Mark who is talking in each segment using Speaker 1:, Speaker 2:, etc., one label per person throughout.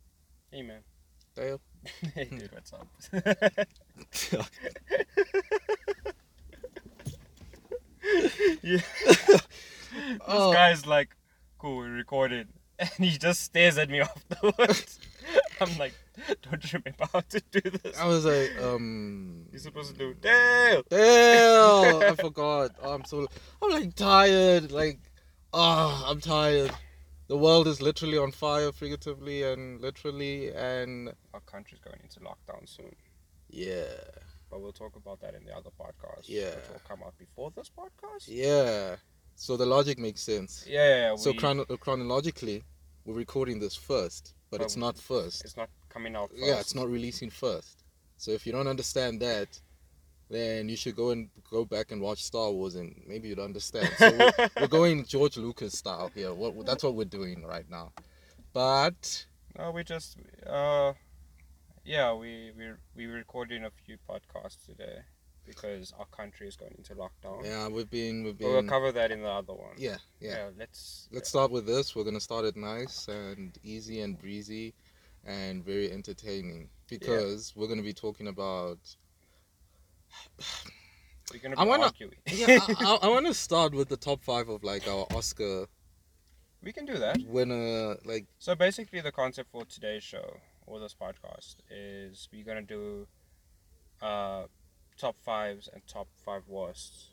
Speaker 1: Amen.
Speaker 2: Damn.
Speaker 1: hey, dude, what's up? yeah. This
Speaker 2: Oh.
Speaker 1: guy's like, cool, we recorded. And he just stares at me afterwards. I'm like, don't you remember how to do this.
Speaker 2: I was like, um.
Speaker 1: You're supposed to do, damn!
Speaker 2: Damn, I forgot. Oh, I'm so I'm like tired. Like, ah, I'm tired. The world is literally on fire, figuratively and literally, and
Speaker 1: Our country's going into lockdown soon.
Speaker 2: yeah,
Speaker 1: But we'll talk about that in the other podcast.
Speaker 2: Yeah.
Speaker 1: Which will come out before this podcast?
Speaker 2: yeah. So the logic makes sense.
Speaker 1: Yeah, yeah, yeah,
Speaker 2: So
Speaker 1: we-
Speaker 2: chrono- chronologically, we're recording this first, but
Speaker 1: But
Speaker 2: it's not first.
Speaker 1: It's not coming out first.
Speaker 2: Yeah, it's not releasing first. So if you don't understand that, then you should go and go back and watch Star Wars, and maybe you'd understand. So we're, we're going George Lucas style here. What that's what we're doing right now. But
Speaker 1: No, we just uh, yeah, we we we recording a few podcasts today because our country is going into lockdown.
Speaker 2: yeah, we've been we've
Speaker 1: But Oh. we'll
Speaker 2: been
Speaker 1: cover that in the other one.
Speaker 2: yeah yeah.
Speaker 1: let's
Speaker 2: Let's start with this. We're gonna start it nice and easy and breezy, and very entertaining because we're gonna be talking about.
Speaker 1: We're gonna be
Speaker 2: I wanna-
Speaker 1: arguing.
Speaker 2: Yeah, I, I, I want to start with the top five of like our Oscar
Speaker 1: we can do that.
Speaker 2: winner like.
Speaker 1: So basically, the concept for today's show or this podcast is we're gonna do uh, top fives and top five worsts.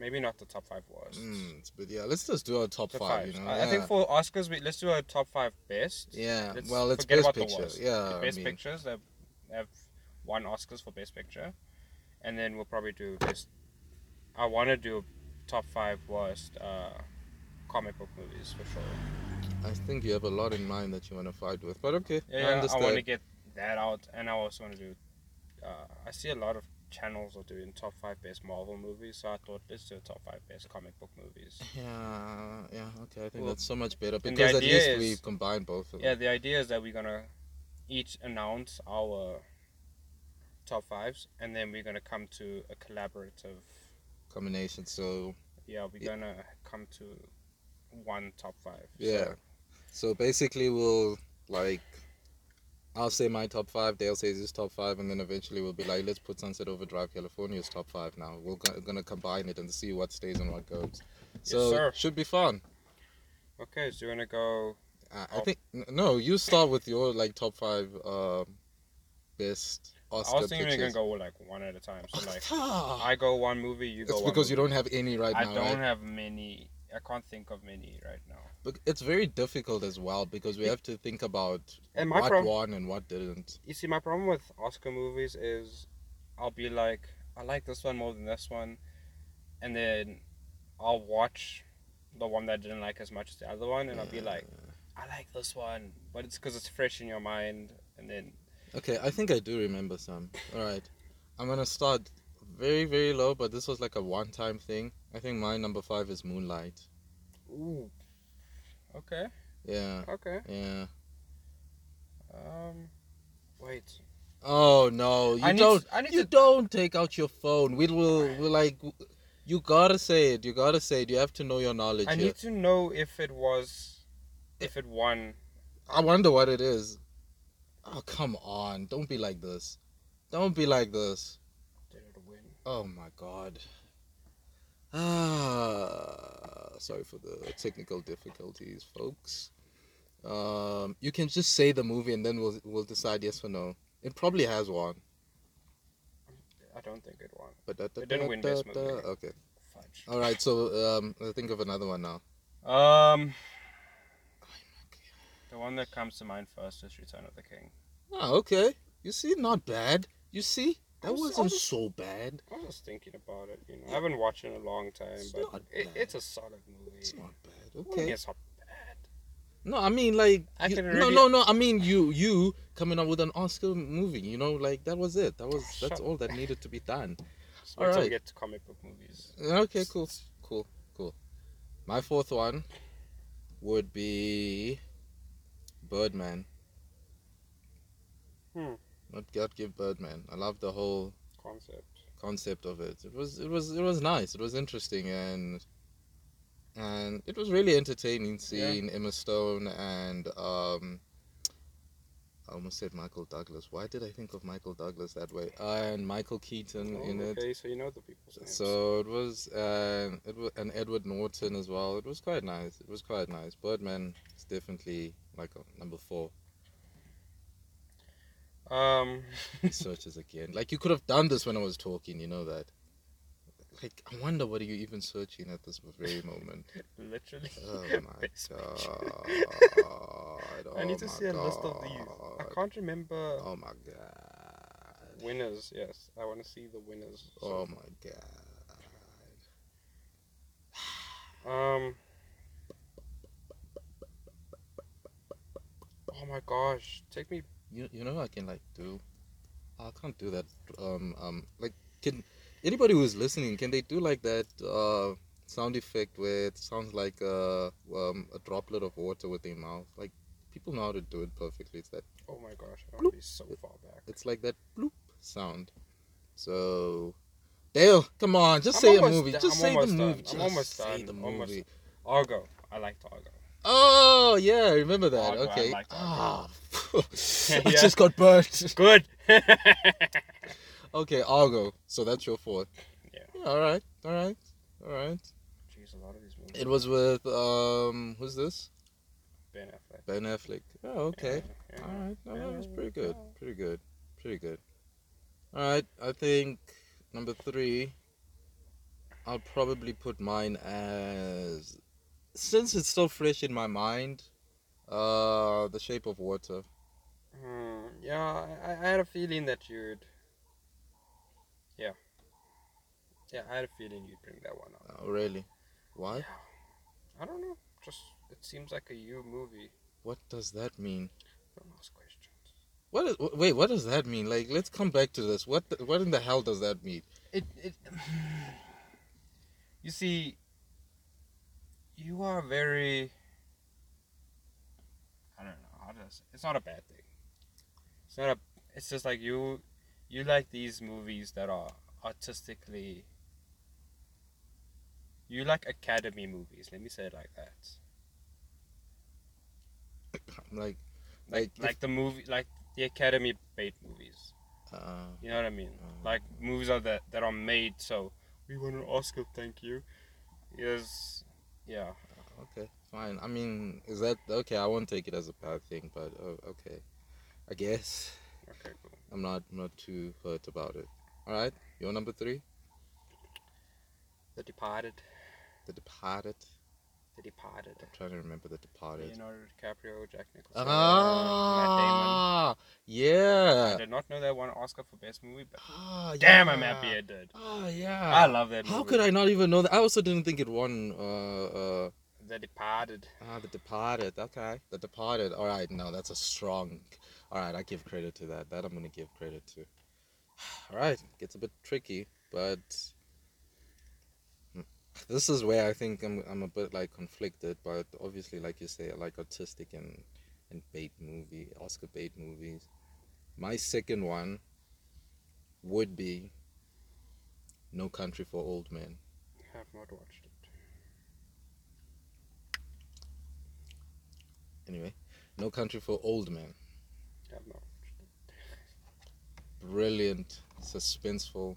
Speaker 1: Maybe not the top five worsts.
Speaker 2: Mm, but yeah, let's just do our top
Speaker 1: Top
Speaker 2: five.
Speaker 1: fives.
Speaker 2: You know,
Speaker 1: I, I
Speaker 2: yeah.
Speaker 1: think for Oscars, we let's do a top five best.
Speaker 2: yeah.
Speaker 1: let's
Speaker 2: well, it's
Speaker 1: forget
Speaker 2: best
Speaker 1: about the
Speaker 2: picture.
Speaker 1: worst.
Speaker 2: Yeah,
Speaker 1: the
Speaker 2: I
Speaker 1: best
Speaker 2: mean,
Speaker 1: pictures they've, they've won oscars for best picture and then we'll probably do best i want to do top five worst uh, comic book movies for sure
Speaker 2: I think you have a lot in mind that you want to fight with, but okay, I
Speaker 1: yeah i,
Speaker 2: understand.
Speaker 1: want to get that out and i also want to do uh, i see a lot of channels are doing top five best marvel movies so i thought let's do top five best comic book movies
Speaker 2: Yeah, yeah, okay. I think
Speaker 1: Well,
Speaker 2: that's so much better
Speaker 1: the
Speaker 2: because at
Speaker 1: idea
Speaker 2: least we
Speaker 1: is-
Speaker 2: combine both of
Speaker 1: yeah
Speaker 2: them.
Speaker 1: the idea is that we're gonna each announce our top fives and then we're gonna come to a collaborative
Speaker 2: combination. So
Speaker 1: Yeah, we're
Speaker 2: Yeah.
Speaker 1: gonna come to one top five. so-
Speaker 2: yeah, so basically we'll like. I'll say my top five. Dale says his top five, and then eventually we'll be like, let's put Sunset Overdrive California's top five now. We're go- gonna combine it and see what stays and what goes. So
Speaker 1: sir.
Speaker 2: should be fun.
Speaker 1: Okay, so you wanna go?
Speaker 2: Uh, I
Speaker 1: Oh.
Speaker 2: think n- no. You start with your like top five um, best Oscar
Speaker 1: I was thinking we we're
Speaker 2: pictures.
Speaker 1: gonna go like one at a time. So like,
Speaker 2: Ah,
Speaker 1: I go one movie, you go.
Speaker 2: it's
Speaker 1: one
Speaker 2: because you
Speaker 1: movie.
Speaker 2: don't have any right
Speaker 1: I
Speaker 2: now.
Speaker 1: don't
Speaker 2: Right?
Speaker 1: have many. I can't think of many right now.
Speaker 2: But it's very difficult as well because we have to think about
Speaker 1: And my
Speaker 2: what
Speaker 1: prob-
Speaker 2: won and what didn't.
Speaker 1: You see, my problem with Oscar movies is, I'll be like, I like this one more than this one, and then I'll watch the one that I didn't like as much as the other one, and I'll be
Speaker 2: Mm.
Speaker 1: like, I like this one, but it's because it's fresh in your mind, and then
Speaker 2: Okay, I think I do remember some. All right, I'm gonna start very very low, but this was like a one-time thing. I think my number five is Moonlight.
Speaker 1: ooh. Okay.
Speaker 2: Yeah,
Speaker 1: Okay.
Speaker 2: yeah.
Speaker 1: Um, wait.
Speaker 2: Oh no, you
Speaker 1: I need
Speaker 2: don't.
Speaker 1: to- I need
Speaker 2: you
Speaker 1: to-
Speaker 2: don't take out your phone. We will. We're like, you gotta say it. You gotta say it. You have to know your knowledge.
Speaker 1: I
Speaker 2: here.
Speaker 1: need to know if it was, if it won.
Speaker 2: I wonder what it is. Oh come on! Don't be like this. Don't be like this.
Speaker 1: Did it win?
Speaker 2: Oh my god. Ah, sorry for the technical difficulties, folks. Um, you can just say the movie and then we'll we'll decide yes or no. It probably has one,
Speaker 1: I don't think it won.
Speaker 2: but
Speaker 1: It didn't win Best Movie.
Speaker 2: Okay.
Speaker 1: Fudge.
Speaker 2: All right. So um, I think of another one now.
Speaker 1: Um. The one that comes to mind first is Return of the King.
Speaker 2: Oh, okay. You see, not bad. You see, that
Speaker 1: I'm so-
Speaker 2: wasn't
Speaker 1: I'm just-
Speaker 2: so bad.
Speaker 1: I was just thinking about it. You know, I haven't watched it in a long time,
Speaker 2: It's
Speaker 1: but
Speaker 2: not
Speaker 1: it,
Speaker 2: bad.
Speaker 1: it's a solid movie.
Speaker 2: It's not bad.
Speaker 1: I wouldn't
Speaker 2: Okay.
Speaker 1: guess how bad.
Speaker 2: No, I mean like
Speaker 1: I
Speaker 2: you-
Speaker 1: can
Speaker 2: no,
Speaker 1: already-
Speaker 2: no, no. I mean you, you coming up with an Oscar movie. You know, like that was it. That was
Speaker 1: Shut
Speaker 2: that's
Speaker 1: up.
Speaker 2: all that needed to be done.
Speaker 1: Just wait till we
Speaker 2: Alright.
Speaker 1: get to comic book movies.
Speaker 2: Okay, cool, cool, cool. My fourth one would be Birdman.
Speaker 1: Hmm.
Speaker 2: Not God give Birdman. I love the whole
Speaker 1: Concept.
Speaker 2: concept of it. It was it was it was nice. It was interesting and and it was really entertaining seeing Emma Stone and um I almost said Michael Douglas. Why did I think of Michael Douglas that way? Uh, and Michael Keaton
Speaker 1: Oh,
Speaker 2: in it.
Speaker 1: okay, so you know the people's names.
Speaker 2: So it was, uh, it was an Edward Norton as well. It was quite nice. It was quite nice. Birdman is definitely like uh, number four.
Speaker 1: um,
Speaker 2: Searches again. Like you could have done this when I was talking. You know that. Like I wonder what are you even searching at this very moment.
Speaker 1: literally.
Speaker 2: Oh my
Speaker 1: Best
Speaker 2: god.
Speaker 1: picture.
Speaker 2: Oh
Speaker 1: I need to
Speaker 2: my
Speaker 1: see a list of these. I
Speaker 2: God.
Speaker 1: can't remember
Speaker 2: Oh my god.
Speaker 1: winners. Yes, I want to see the winners.
Speaker 2: Oh
Speaker 1: So,
Speaker 2: my god.
Speaker 1: Um. Oh my gosh! Take me.
Speaker 2: You you know what I can like do? I can't do that. Um um like can anybody who's listening can they do like that uh sound effect where it sounds like a um a droplet of water with their mouth like. People know how to do it perfectly. It's that
Speaker 1: Oh my gosh! I want to be so far back.
Speaker 2: it's like that bloop sound. So, Dale, come on, just
Speaker 1: I'm
Speaker 2: say a
Speaker 1: almost
Speaker 2: movie.
Speaker 1: done.
Speaker 2: Just
Speaker 1: I'm
Speaker 2: say the
Speaker 1: almost
Speaker 2: movie.
Speaker 1: done. I'm
Speaker 2: Just
Speaker 1: almost
Speaker 2: say
Speaker 1: done.
Speaker 2: the movie.
Speaker 1: Almost Argo. I liked Argo.
Speaker 2: Oh yeah, I remember that.
Speaker 1: Argo, I
Speaker 2: okay.
Speaker 1: liked
Speaker 2: ah,
Speaker 1: Argo.
Speaker 2: I
Speaker 1: Yeah.
Speaker 2: just got burnt.
Speaker 1: Good.
Speaker 2: Okay, Argo. So that's your fourth.
Speaker 1: Yeah.
Speaker 2: all right. All right. All right.
Speaker 1: Jeez, a lot of these movies.
Speaker 2: It was with um, who's this?
Speaker 1: Ben Affleck.
Speaker 2: Ben Affleck. Oh, okay.
Speaker 1: Yeah, yeah.
Speaker 2: All right. No, that was
Speaker 1: Yeah,
Speaker 2: pretty good.
Speaker 1: yeah.
Speaker 2: Pretty good. Pretty good. All right. I think number three. I'll probably put mine as, since it's still fresh in my mind, uh, The Shape of Water.
Speaker 1: Hmm, yeah, I, I had a feeling that you'd. Yeah. Yeah, I had a feeling you'd bring that one up.
Speaker 2: Oh, really? Why?
Speaker 1: I don't know. Just it seems like a you movie.
Speaker 2: What does that mean?
Speaker 1: Don't ask questions.
Speaker 2: What is, wh- wait, what does that mean? Like, let's come back to this. What the, what in the hell does that mean?
Speaker 1: It it. you see. You are very. I don't know how to. Say, it's not a bad thing. It's not a. It's just like you. You like these movies that are artistically. You like Academy movies. Let me say it like that.
Speaker 2: Like,
Speaker 1: like
Speaker 2: Like, if-
Speaker 1: like the movie like the academy bait movies
Speaker 2: uh,
Speaker 1: you know what i mean like movies are that that are made so we want an oscar thank you is yeah
Speaker 2: okay, fine. I mean, is that okay? I won't take it as a bad thing, but uh, okay, I guess
Speaker 1: okay cool
Speaker 2: I'm not I'm not too hurt about it. All right, your number three,
Speaker 1: the departed
Speaker 2: The Departed.
Speaker 1: the departed
Speaker 2: I'm trying to remember The Departed.
Speaker 1: leonardo dicaprio jack nicholson Matt Damon. i
Speaker 2: Ah, yeah.
Speaker 1: did not know that won an oscar for best movie but
Speaker 2: Ah,
Speaker 1: damn i'm
Speaker 2: yeah.
Speaker 1: happy i did
Speaker 2: Oh yeah.
Speaker 1: i love that movie.
Speaker 2: How could I not even know that? I also didn't think it won. Uh, uh,
Speaker 1: the departed
Speaker 2: ah, The Departed. Okay, The Departed. All right, no, that's a strong. All right, I give credit to that. That I'm gonna give credit to. All right, gets a bit tricky, but this is where I think I'm I'm a bit like conflicted. But obviously, like you say, I like artistic and and bait movie, Oscar bait movies. My second one would be No Country for Old Men.
Speaker 1: have not watched it
Speaker 2: Anyway, No Country for Old Men.
Speaker 1: have not
Speaker 2: Brilliant, suspenseful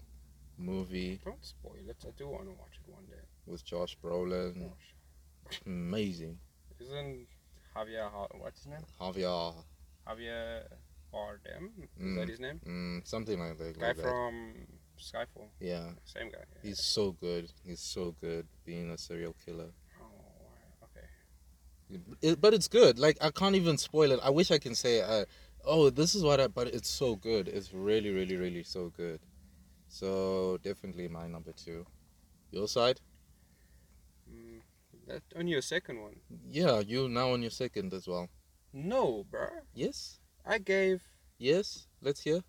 Speaker 2: movie
Speaker 1: don't spoil it i do want to watch it one day
Speaker 2: with Josh Brolin.
Speaker 1: Gosh.
Speaker 2: Amazing.
Speaker 1: isn't javier Har- what's his name
Speaker 2: Javier,
Speaker 1: Javier Bardem.
Speaker 2: Mm.
Speaker 1: Is that his name?
Speaker 2: mm, something like that.
Speaker 1: Guy
Speaker 2: like that.
Speaker 1: from Skyfall.
Speaker 2: Yeah,
Speaker 1: Same guy. yeah.
Speaker 2: he's so good. He's so good being a serial killer.
Speaker 1: Oh, wow. okay.
Speaker 2: It, but it's good. Like I can't even spoil it. I wish I can say, uh, oh, this is what. I, but it's so good. It's really, really, really so good. So definitely my number two. Your side?
Speaker 1: Mm, that only your second one.
Speaker 2: Yeah, you now on your second as well.
Speaker 1: No, bro.
Speaker 2: Yes.
Speaker 1: I gave.
Speaker 2: Yes. Let's hear.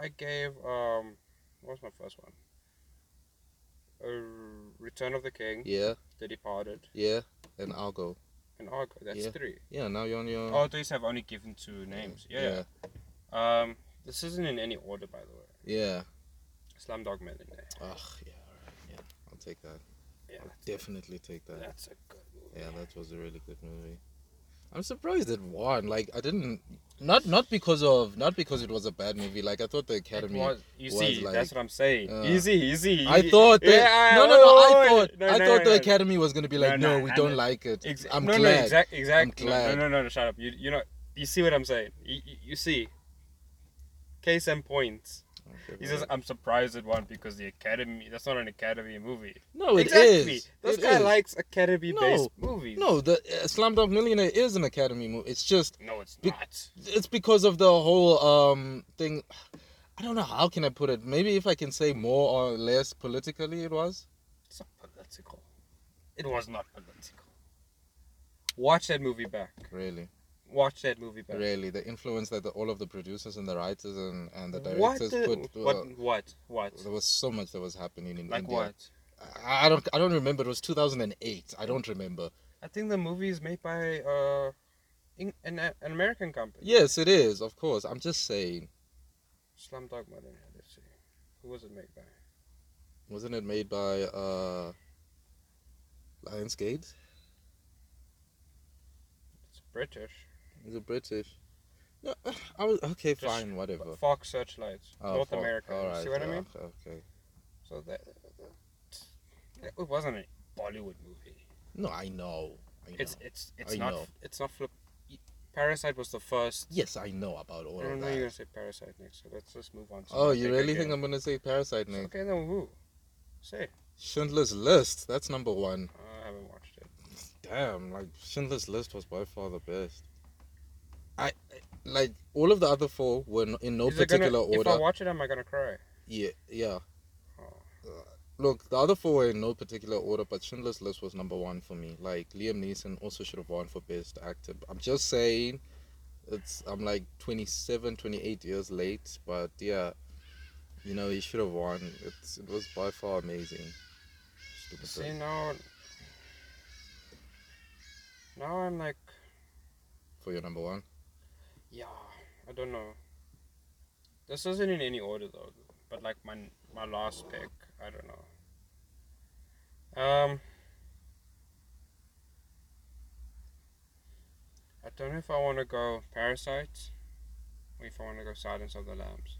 Speaker 1: I gave. Um, what was my first one? Uh, Return of the King,
Speaker 2: Yeah.
Speaker 1: The Departed,
Speaker 2: Yeah. And I'll go.
Speaker 1: and Argo. That's
Speaker 2: Yeah.
Speaker 1: three.
Speaker 2: Yeah. Now you're on your.
Speaker 1: Oh, these have only given two names. Yeah. Um, this isn't in any order, by the way.
Speaker 2: Yeah.
Speaker 1: Slumdog Millionaire.
Speaker 2: Ugh. Yeah. all right, Yeah. I'll take that.
Speaker 1: Yeah,
Speaker 2: I'll
Speaker 1: that's,
Speaker 2: definitely take that.
Speaker 1: that's a good movie.
Speaker 2: Yeah, that was a really good movie. I'm surprised it won. Like I didn't not not because of not because it was a bad movie. Like I thought the Academy.
Speaker 1: was, you
Speaker 2: was
Speaker 1: see, that's
Speaker 2: like-
Speaker 1: what I'm saying.
Speaker 2: uh,
Speaker 1: easy, easy.
Speaker 2: I thought that,
Speaker 1: Yeah,
Speaker 2: no no no I
Speaker 1: wait, wait,
Speaker 2: thought
Speaker 1: no,
Speaker 2: I
Speaker 1: no,
Speaker 2: thought
Speaker 1: no,
Speaker 2: the
Speaker 1: no.
Speaker 2: Academy was gonna be like
Speaker 1: No,
Speaker 2: no,
Speaker 1: no,
Speaker 2: we
Speaker 1: I
Speaker 2: don't
Speaker 1: know.
Speaker 2: like it.
Speaker 1: Ex-
Speaker 2: I'm
Speaker 1: no,
Speaker 2: glad.
Speaker 1: No, exact, exact, no,
Speaker 2: glad.
Speaker 1: No, no, no, no, shut up. You, you know, you see what I'm saying. You, you, you see. Case in point.
Speaker 2: Okay,
Speaker 1: He
Speaker 2: right.
Speaker 1: says, "I'm surprised it won because the Academy. That's not an Academy movie.
Speaker 2: no, it is.
Speaker 1: exactly. This
Speaker 2: It
Speaker 1: guy
Speaker 2: is.
Speaker 1: likes Academy-based movies.
Speaker 2: No, the uh, Slumdog Millionaire is an Academy movie. It's just
Speaker 1: no, it's
Speaker 2: Be-
Speaker 1: not.
Speaker 2: it's because of the whole um thing. I don't know how can I put it. Maybe if I can say more or less politically, it was.
Speaker 1: It's not political. It was not political. Watch that movie back.
Speaker 2: Really,
Speaker 1: Watch that movie back.
Speaker 2: really, the influence that the, all of the producers and the writers and, and the
Speaker 1: what,
Speaker 2: directors
Speaker 1: the-
Speaker 2: put. uh,
Speaker 1: what? What? What?
Speaker 2: There was so much that was happening in
Speaker 1: Like
Speaker 2: India.
Speaker 1: what?
Speaker 2: I, I don't I don't remember. It was 2008. I don't remember.
Speaker 1: I think the movie is made by uh, Eng- an, an American company.
Speaker 2: Yes, it is. Of course. I'm just saying.
Speaker 1: Slumdog Millionaire. Let's see. Who was it made by?
Speaker 2: Wasn't it made by uh, Lionsgate?
Speaker 1: It's British.
Speaker 2: Is it British? No, I was okay.
Speaker 1: Just-
Speaker 2: Fine, whatever.
Speaker 1: Fox Searchlights.
Speaker 2: Oh,
Speaker 1: North
Speaker 2: fuck.
Speaker 1: America.
Speaker 2: Alright,
Speaker 1: See what I
Speaker 2: yeah,
Speaker 1: mean?
Speaker 2: Okay.
Speaker 1: So that, that- it wasn't a Bollywood movie.
Speaker 2: No, I know. I know.
Speaker 1: It's it's it's
Speaker 2: I
Speaker 1: not
Speaker 2: know.
Speaker 1: it's not flip. Parasite was the first.
Speaker 2: yes, I know about all
Speaker 1: I
Speaker 2: of
Speaker 1: don't know you're
Speaker 2: that.
Speaker 1: gonna say Parasite next, so let's just move on. To
Speaker 2: Oh,
Speaker 1: my
Speaker 2: you
Speaker 1: pick
Speaker 2: really
Speaker 1: again.
Speaker 2: think I'm gonna say Parasite next?
Speaker 1: Okay, then who? Say.
Speaker 2: Schindler's List. That's number one.
Speaker 1: I haven't watched it.
Speaker 2: Damn, like Schindler's List was by far the best. I like all of the other four were n- in no
Speaker 1: Is it
Speaker 2: particular
Speaker 1: gonna, If
Speaker 2: order.
Speaker 1: I watch it, am I gonna cry?
Speaker 2: Yeah, yeah.
Speaker 1: Oh.
Speaker 2: Uh, Look, the other four were in no particular order, but Schindler's List was number one for me. Like Liam Neeson also should have won for Best Actor. I'm just saying, it's I'm like 27, 28 years late, but yeah, you know he should have won. It's it was by far amazing. Stupid
Speaker 1: See
Speaker 2: thing
Speaker 1: now. Now I'm like,
Speaker 2: for your number one.
Speaker 1: yeah, I don't know. This isn't in any order though, but like my my last pick, I don't know. Um, I don't know if I want to go Parasite, or if I want to go Silence of the Lambs.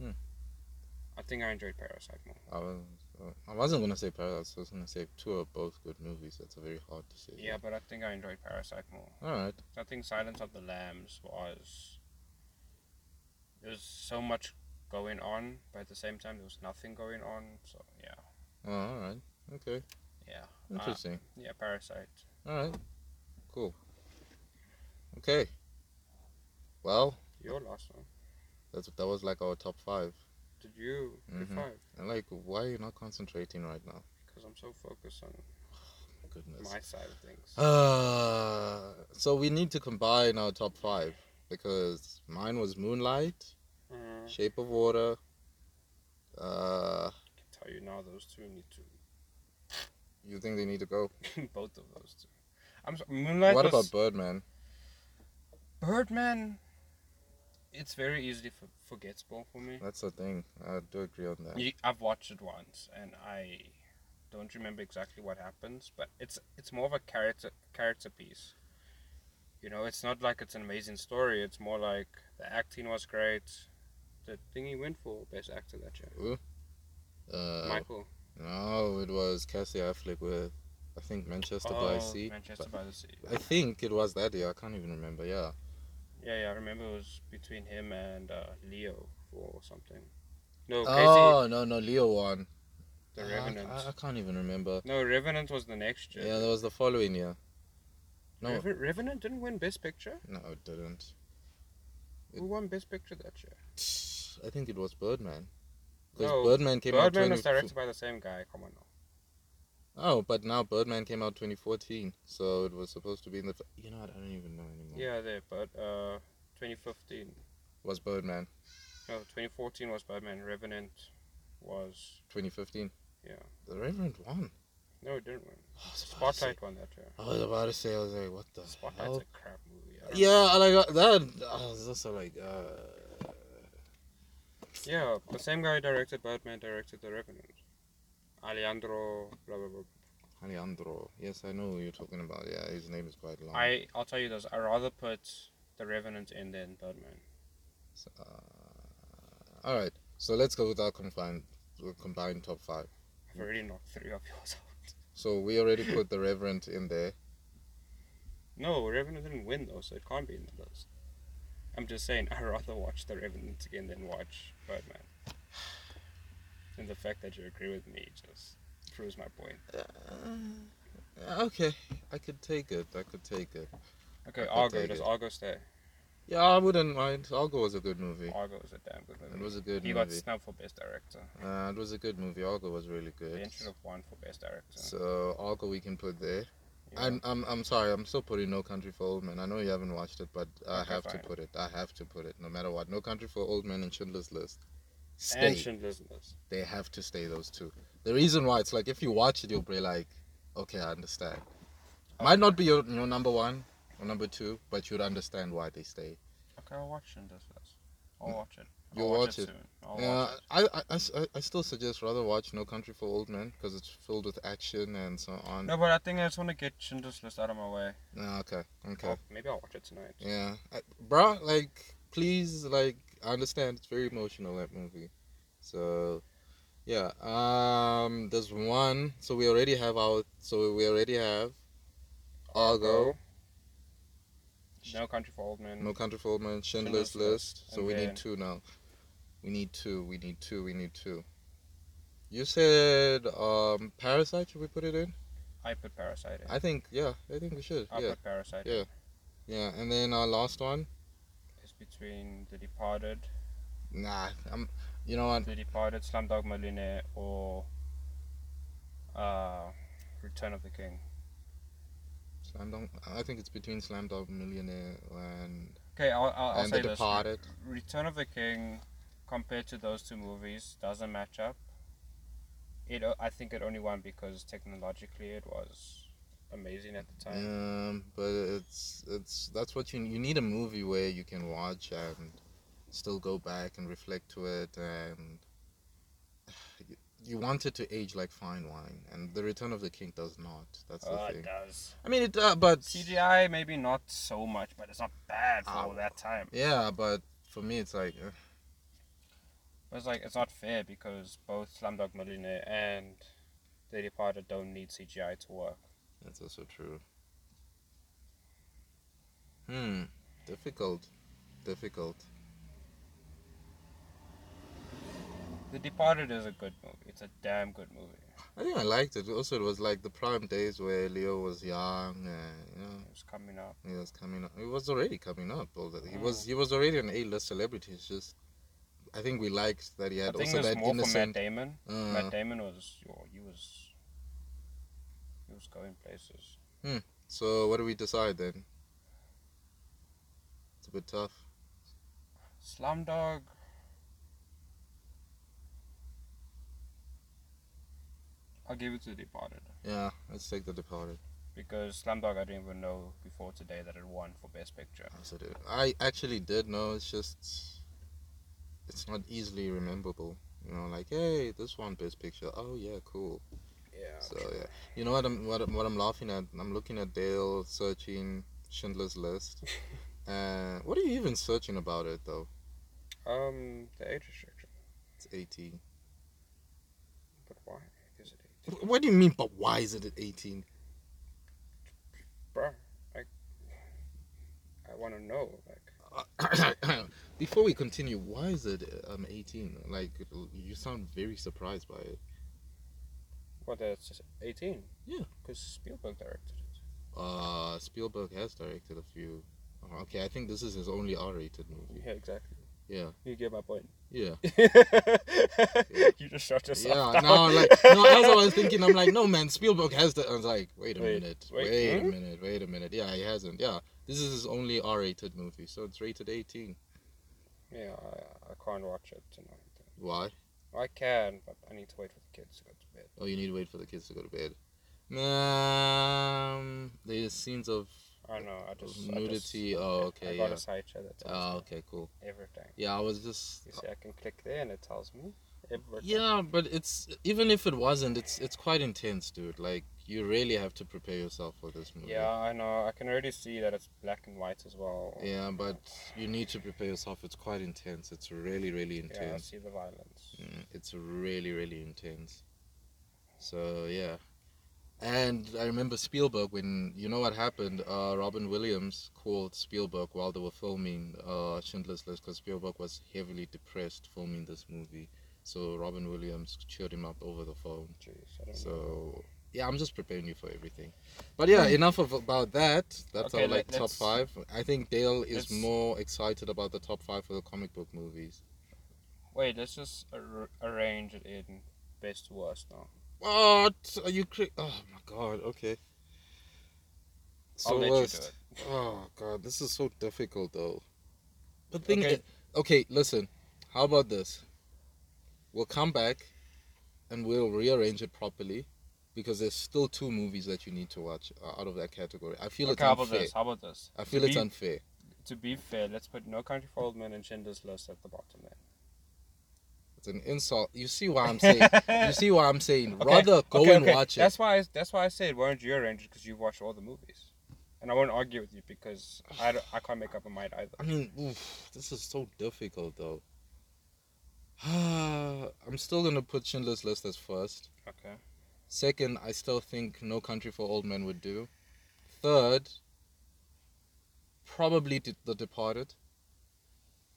Speaker 2: Hmm.
Speaker 1: I think I enjoyed Parasite more.
Speaker 2: I was uh, I wasn't gonna say Paradise. I was gonna say two are both good movies. That's a very hard decision.
Speaker 1: Yeah, but I think I enjoyed Parasite more.
Speaker 2: All right.
Speaker 1: I think Silence of the Lambs was. There was so much going on, but at the same time, there was nothing going on. So, yeah.
Speaker 2: Oh, all right. Okay.
Speaker 1: Yeah.
Speaker 2: Interesting.
Speaker 1: Yeah, Parasite.
Speaker 2: All right. Cool. Okay. Well,
Speaker 1: Your last one.
Speaker 2: that's that was like our top five.
Speaker 1: Did you? Did
Speaker 2: Mhm.
Speaker 1: five?
Speaker 2: And like, why are you not concentrating right now?
Speaker 1: Because I'm so focused on
Speaker 2: Goodness.
Speaker 1: my side of things.
Speaker 2: Uh, so we need to combine our top five because mine was Moonlight,
Speaker 1: Mm, I
Speaker 2: Shape of Water. Uh,
Speaker 1: can tell you now, those two need
Speaker 2: you think they need to go?
Speaker 1: to. both of those two. I'm so, Moonlight
Speaker 2: what
Speaker 1: was-
Speaker 2: about Birdman?
Speaker 1: Birdman? It's very easily for, forgettable for me.
Speaker 2: That's the thing. I do agree on that.
Speaker 1: You, I've watched it once, and I don't remember exactly what happens, but it's it's more of a character character piece. You know, it's not like it's an amazing story. It's more like the acting was great. The thing he went for best actor that year,
Speaker 2: Uh,
Speaker 1: Michael.
Speaker 2: no, it was Cassie Affleck with, I think Manchester by
Speaker 1: oh,
Speaker 2: Sea.
Speaker 1: Manchester by the Sea.
Speaker 2: I think it was that year. I can't even remember. Yeah.
Speaker 1: Yeah, yeah, I remember it was between him and uh, Leo or something. No, Casey,
Speaker 2: Oh no no Leo won.
Speaker 1: the
Speaker 2: Ah,
Speaker 1: Revenant.
Speaker 2: I, I can't even remember.
Speaker 1: no, Revenant was the next year.
Speaker 2: Yeah, that was the following year. No,
Speaker 1: Reven- Revenant didn't win Best Picture.
Speaker 2: no, it didn't.
Speaker 1: Who won Best Picture that year?
Speaker 2: I think it was Birdman. Because
Speaker 1: No,
Speaker 2: Birdman came out.
Speaker 1: Birdman
Speaker 2: 20...
Speaker 1: was directed by the same guy. Come on, now.
Speaker 2: Oh, but now Birdman came out 2014, so it was supposed to be in the. You know what? I don't even know anymore.
Speaker 1: Yeah, there, but uh, 2015,
Speaker 2: Was Birdman
Speaker 1: no, 2014 was Batman. Revenant was
Speaker 2: 2015?
Speaker 1: Yeah.
Speaker 2: The Reverend won.
Speaker 1: no, it didn't win.
Speaker 2: I was about to say-
Speaker 1: Spotlight won that year.
Speaker 2: I was about to say. I was like, what the
Speaker 1: Spotlight's
Speaker 2: hell?
Speaker 1: a crap movie. I don't-
Speaker 2: Oh. Yeah, I like uh, that. I was also like, uh,
Speaker 1: yeah, the same guy who directed Batman directed The Revenant. Alejandro, blah blah blah.
Speaker 2: Alejandro. Yes, I know who you're talking about. Yeah, his name is quite long.
Speaker 1: I I'll tell you this. I rather put the Revenant in than Birdman.
Speaker 2: So, uh, all right. So let's go with our combined uh, combined top five.
Speaker 1: I've already knocked three of yours out.
Speaker 2: So we already put the Reverend in there.
Speaker 1: No, Revenant didn't win though, so it can't be in the list. I'm just saying I rather watch the Revenant again than watch Birdman. And the fact that you agree with me just proves my point.
Speaker 2: Uh, okay, I could take it. I could take it.
Speaker 1: Okay,
Speaker 2: I'll
Speaker 1: Argo.
Speaker 2: take
Speaker 1: Does
Speaker 2: it.
Speaker 1: Argo stay?
Speaker 2: Yeah, I wouldn't mind. Argo was a good movie.
Speaker 1: Argo is a damn good movie.
Speaker 2: It was a good
Speaker 1: he got
Speaker 2: movie.
Speaker 1: snubbed for best director.
Speaker 2: Uh, it was a good movie. Argo was really good.
Speaker 1: Ben should have won for best director.
Speaker 2: So Argo we can put there.
Speaker 1: Yeah.
Speaker 2: I'm, I'm I'm sorry. I'm still putting No Country for Old Men. I know you haven't watched it, but I
Speaker 1: Okay,
Speaker 2: have
Speaker 1: fine.
Speaker 2: to put it. I have to put it, no matter what. No Country for Old Men and Schindler's List. Stay.
Speaker 1: and Schindler's List.
Speaker 2: they have to stay those two. The reason why it's like if you watch it, you'll be like, okay, I understand. Might not be your, your number one or number two, but you'd understand why they stay.
Speaker 1: Okay, I'll watch Schindler's List. I'll watch it.
Speaker 2: Mm. You'll
Speaker 1: I'll
Speaker 2: watch it.
Speaker 1: soon. I'll
Speaker 2: Yeah,
Speaker 1: watch it.
Speaker 2: Uh, I, I- I s- I- I still suggest rather watch No Country for Old Men because it's filled with action and so on.
Speaker 1: No, but I think I just want to get Schindler's List out of my way.
Speaker 2: Ah, okay, okay.
Speaker 1: Well, maybe I'll watch it tonight.
Speaker 2: Yeah, I, bruh, like, please, like, I understand it's very emotional that movie, so yeah. Um, there's one. So we already have our. So we already have. Argo,
Speaker 1: No Country for Old Men.
Speaker 2: No Country for Old Men, Schindler's
Speaker 1: Schindler's List,
Speaker 2: List. So
Speaker 1: and
Speaker 2: we
Speaker 1: then-
Speaker 2: need two now. We need two. We need two. We need two. You said um Parasite. Should we put it in?
Speaker 1: I put Parasite in.
Speaker 2: I think yeah. I think we should.
Speaker 1: I
Speaker 2: yeah,
Speaker 1: put Parasite
Speaker 2: yeah.
Speaker 1: in.
Speaker 2: yeah. And then our last one.
Speaker 1: It's between The Departed,
Speaker 2: Nah, I'm. You know what?
Speaker 1: The Departed, Slumdog Millionaire, or uh, Return of the King.
Speaker 2: Slam Dunk. I think it's between Slam Dunk Millionaire and
Speaker 1: Okay, I'll, I'll, I'll
Speaker 2: and
Speaker 1: say
Speaker 2: The
Speaker 1: this.
Speaker 2: Departed.
Speaker 1: Return of the King, compared to those two movies, doesn't match up. It, o- I think it only won because technologically it was amazing at the time.
Speaker 2: Um, but it's it's that's what you you need a movie where you can watch and still go back and reflect to it and you, you want it to age like fine wine and the Return of the King does not. That's the
Speaker 1: Uh, it
Speaker 2: thing.
Speaker 1: does.
Speaker 2: I mean it, uh, but
Speaker 1: CGI maybe not so much, but it's not bad for
Speaker 2: Ow.
Speaker 1: that time.
Speaker 2: yeah, but for me it's like uh,
Speaker 1: But it's like it's not fair because both Slumdog Millionaire and The Departed don't need CGI to work.
Speaker 2: that's also true. Hmm, difficult, difficult.
Speaker 1: The Departed is a good movie. It's a damn good movie.
Speaker 2: I think I liked it. Also, it was like the prime days where Leo was young, and you know,
Speaker 1: It's coming up.
Speaker 2: he was coming up. He was already coming up. all that- He was he was already an A-list celebrity. It's just, I think we liked that he
Speaker 1: I
Speaker 2: had
Speaker 1: think
Speaker 2: also
Speaker 1: there's
Speaker 2: that
Speaker 1: more for Matt
Speaker 2: innocent.
Speaker 1: Damon.
Speaker 2: Uh,
Speaker 1: Matt Damon was yo, he was he was going places.
Speaker 2: so what do we decide then? It's a bit tough.
Speaker 1: Slumdog. I'll give it to The Departed
Speaker 2: Yeah, let's take the Departed.
Speaker 1: because Slumdog I didn't even know before today that it won for Best Picture.
Speaker 2: That's it. I actually did know. It's just, it's not easily rememberable. You know, like hey, this one best picture. Oh yeah, cool.
Speaker 1: Yeah.
Speaker 2: So yeah, you know what I'm what, I'm- what I'm laughing at? I'm looking at Dale searching Schindler's List. uh, what are you even searching about it though?
Speaker 1: Um, the age restriction.
Speaker 2: It's 18.
Speaker 1: But why is it eight?
Speaker 2: Wh- What do you mean? But why is it at 18?
Speaker 1: Bruh, I, I want to know. Like,
Speaker 2: Before we continue, why is it um 18? Like you sound very surprised by it.
Speaker 1: what, that's just 18?
Speaker 2: Yeah.
Speaker 1: Because Spielberg directed it.
Speaker 2: Uh, Spielberg has directed a few. oh, Okay, I think this is his only R-rated movie.
Speaker 1: Yeah, exactly.
Speaker 2: Yeah.
Speaker 1: You get my point.
Speaker 2: Yeah.
Speaker 1: you just shot yourself
Speaker 2: Yeah,
Speaker 1: down.
Speaker 2: no, like no. As I was thinking, I'm like, no, man, Spielberg has the. I was like, wait a
Speaker 1: Wait,
Speaker 2: minute,
Speaker 1: wait,
Speaker 2: wait,
Speaker 1: hmm?
Speaker 2: a minute, wait a minute. Yeah, he hasn't. Yeah, this is his only R-rated movie, so it's rated 18.
Speaker 1: Yeah, I, I can't watch it tonight.
Speaker 2: Why?
Speaker 1: I can, but I need to wait for the kids to go to bed.
Speaker 2: Oh, you need to wait for the kids to go to bed. Um, there's scenes of
Speaker 1: I don't know. I just
Speaker 2: nudity.
Speaker 1: I just,
Speaker 2: oh,
Speaker 1: I
Speaker 2: okay,
Speaker 1: got
Speaker 2: yeah.
Speaker 1: a side chat that tells
Speaker 2: Oh,
Speaker 1: me
Speaker 2: okay, cool.
Speaker 1: everything.
Speaker 2: Yeah, I was just.
Speaker 1: You see, I can click there and it tells me It worked.
Speaker 2: Yeah, but it's even if it wasn't, it's it's quite intense, dude. Like you really have to prepare yourself for this movie.
Speaker 1: Yeah, I know. I can already see that it's black and white as well.
Speaker 2: Yeah, but you need to prepare yourself. It's quite intense. It's really, really
Speaker 1: Yeah, I
Speaker 2: intense.
Speaker 1: see the violence.
Speaker 2: Mm, It's really, really intense. So yeah, and I remember Spielberg when you know what happened. Uh, Robin Williams called Spielberg while they were filming uh, Schindler's List because Spielberg was heavily depressed filming this movie. So Robin Williams cheered him up over the phone.
Speaker 1: Jeez, I don't know.
Speaker 2: So yeah, I'm just preparing you for everything. But yeah, enough of about that. That's
Speaker 1: Okay,
Speaker 2: our like
Speaker 1: let-
Speaker 2: top
Speaker 1: let's-
Speaker 2: five. I think Dale is
Speaker 1: let's-
Speaker 2: more excited about the top five for the comic book movies.
Speaker 1: Wait, let's just ar- arrange it in best to worst now.
Speaker 2: What are you? Cra- oh my god. Okay. So
Speaker 1: I'll let you do
Speaker 2: worst.
Speaker 1: it.
Speaker 2: Oh god, this is so difficult though. But thing.
Speaker 1: Okay.
Speaker 2: Okay. okay, listen. How about this? We'll come back, and we'll rearrange it properly. Because there's still two movies that you need to watch uh, out of that category. I feel it's
Speaker 1: okay, how about
Speaker 2: unfair.
Speaker 1: this? How about this?
Speaker 2: I feel
Speaker 1: To
Speaker 2: it's
Speaker 1: be-
Speaker 2: unfair.
Speaker 1: To be fair, let's put No Country for Old Men and Schindler's List at the bottom there.
Speaker 2: It's an insult. You see why I'm saying. you see why I'm saying.
Speaker 1: Okay,
Speaker 2: Rather go
Speaker 1: okay,
Speaker 2: and
Speaker 1: okay.
Speaker 2: watch it.
Speaker 1: That's why. I, that's why I said, why don't you arrange it? Because you've watched all the movies, and I won't argue with you because I, don't- I can't make up my mind either.
Speaker 2: I mean, oof, this is so difficult though. I'm still gonna put Schindler's List as first.
Speaker 1: Okay.
Speaker 2: Second, I still think No Country for Old Men would do. Third, probably De- The Departed.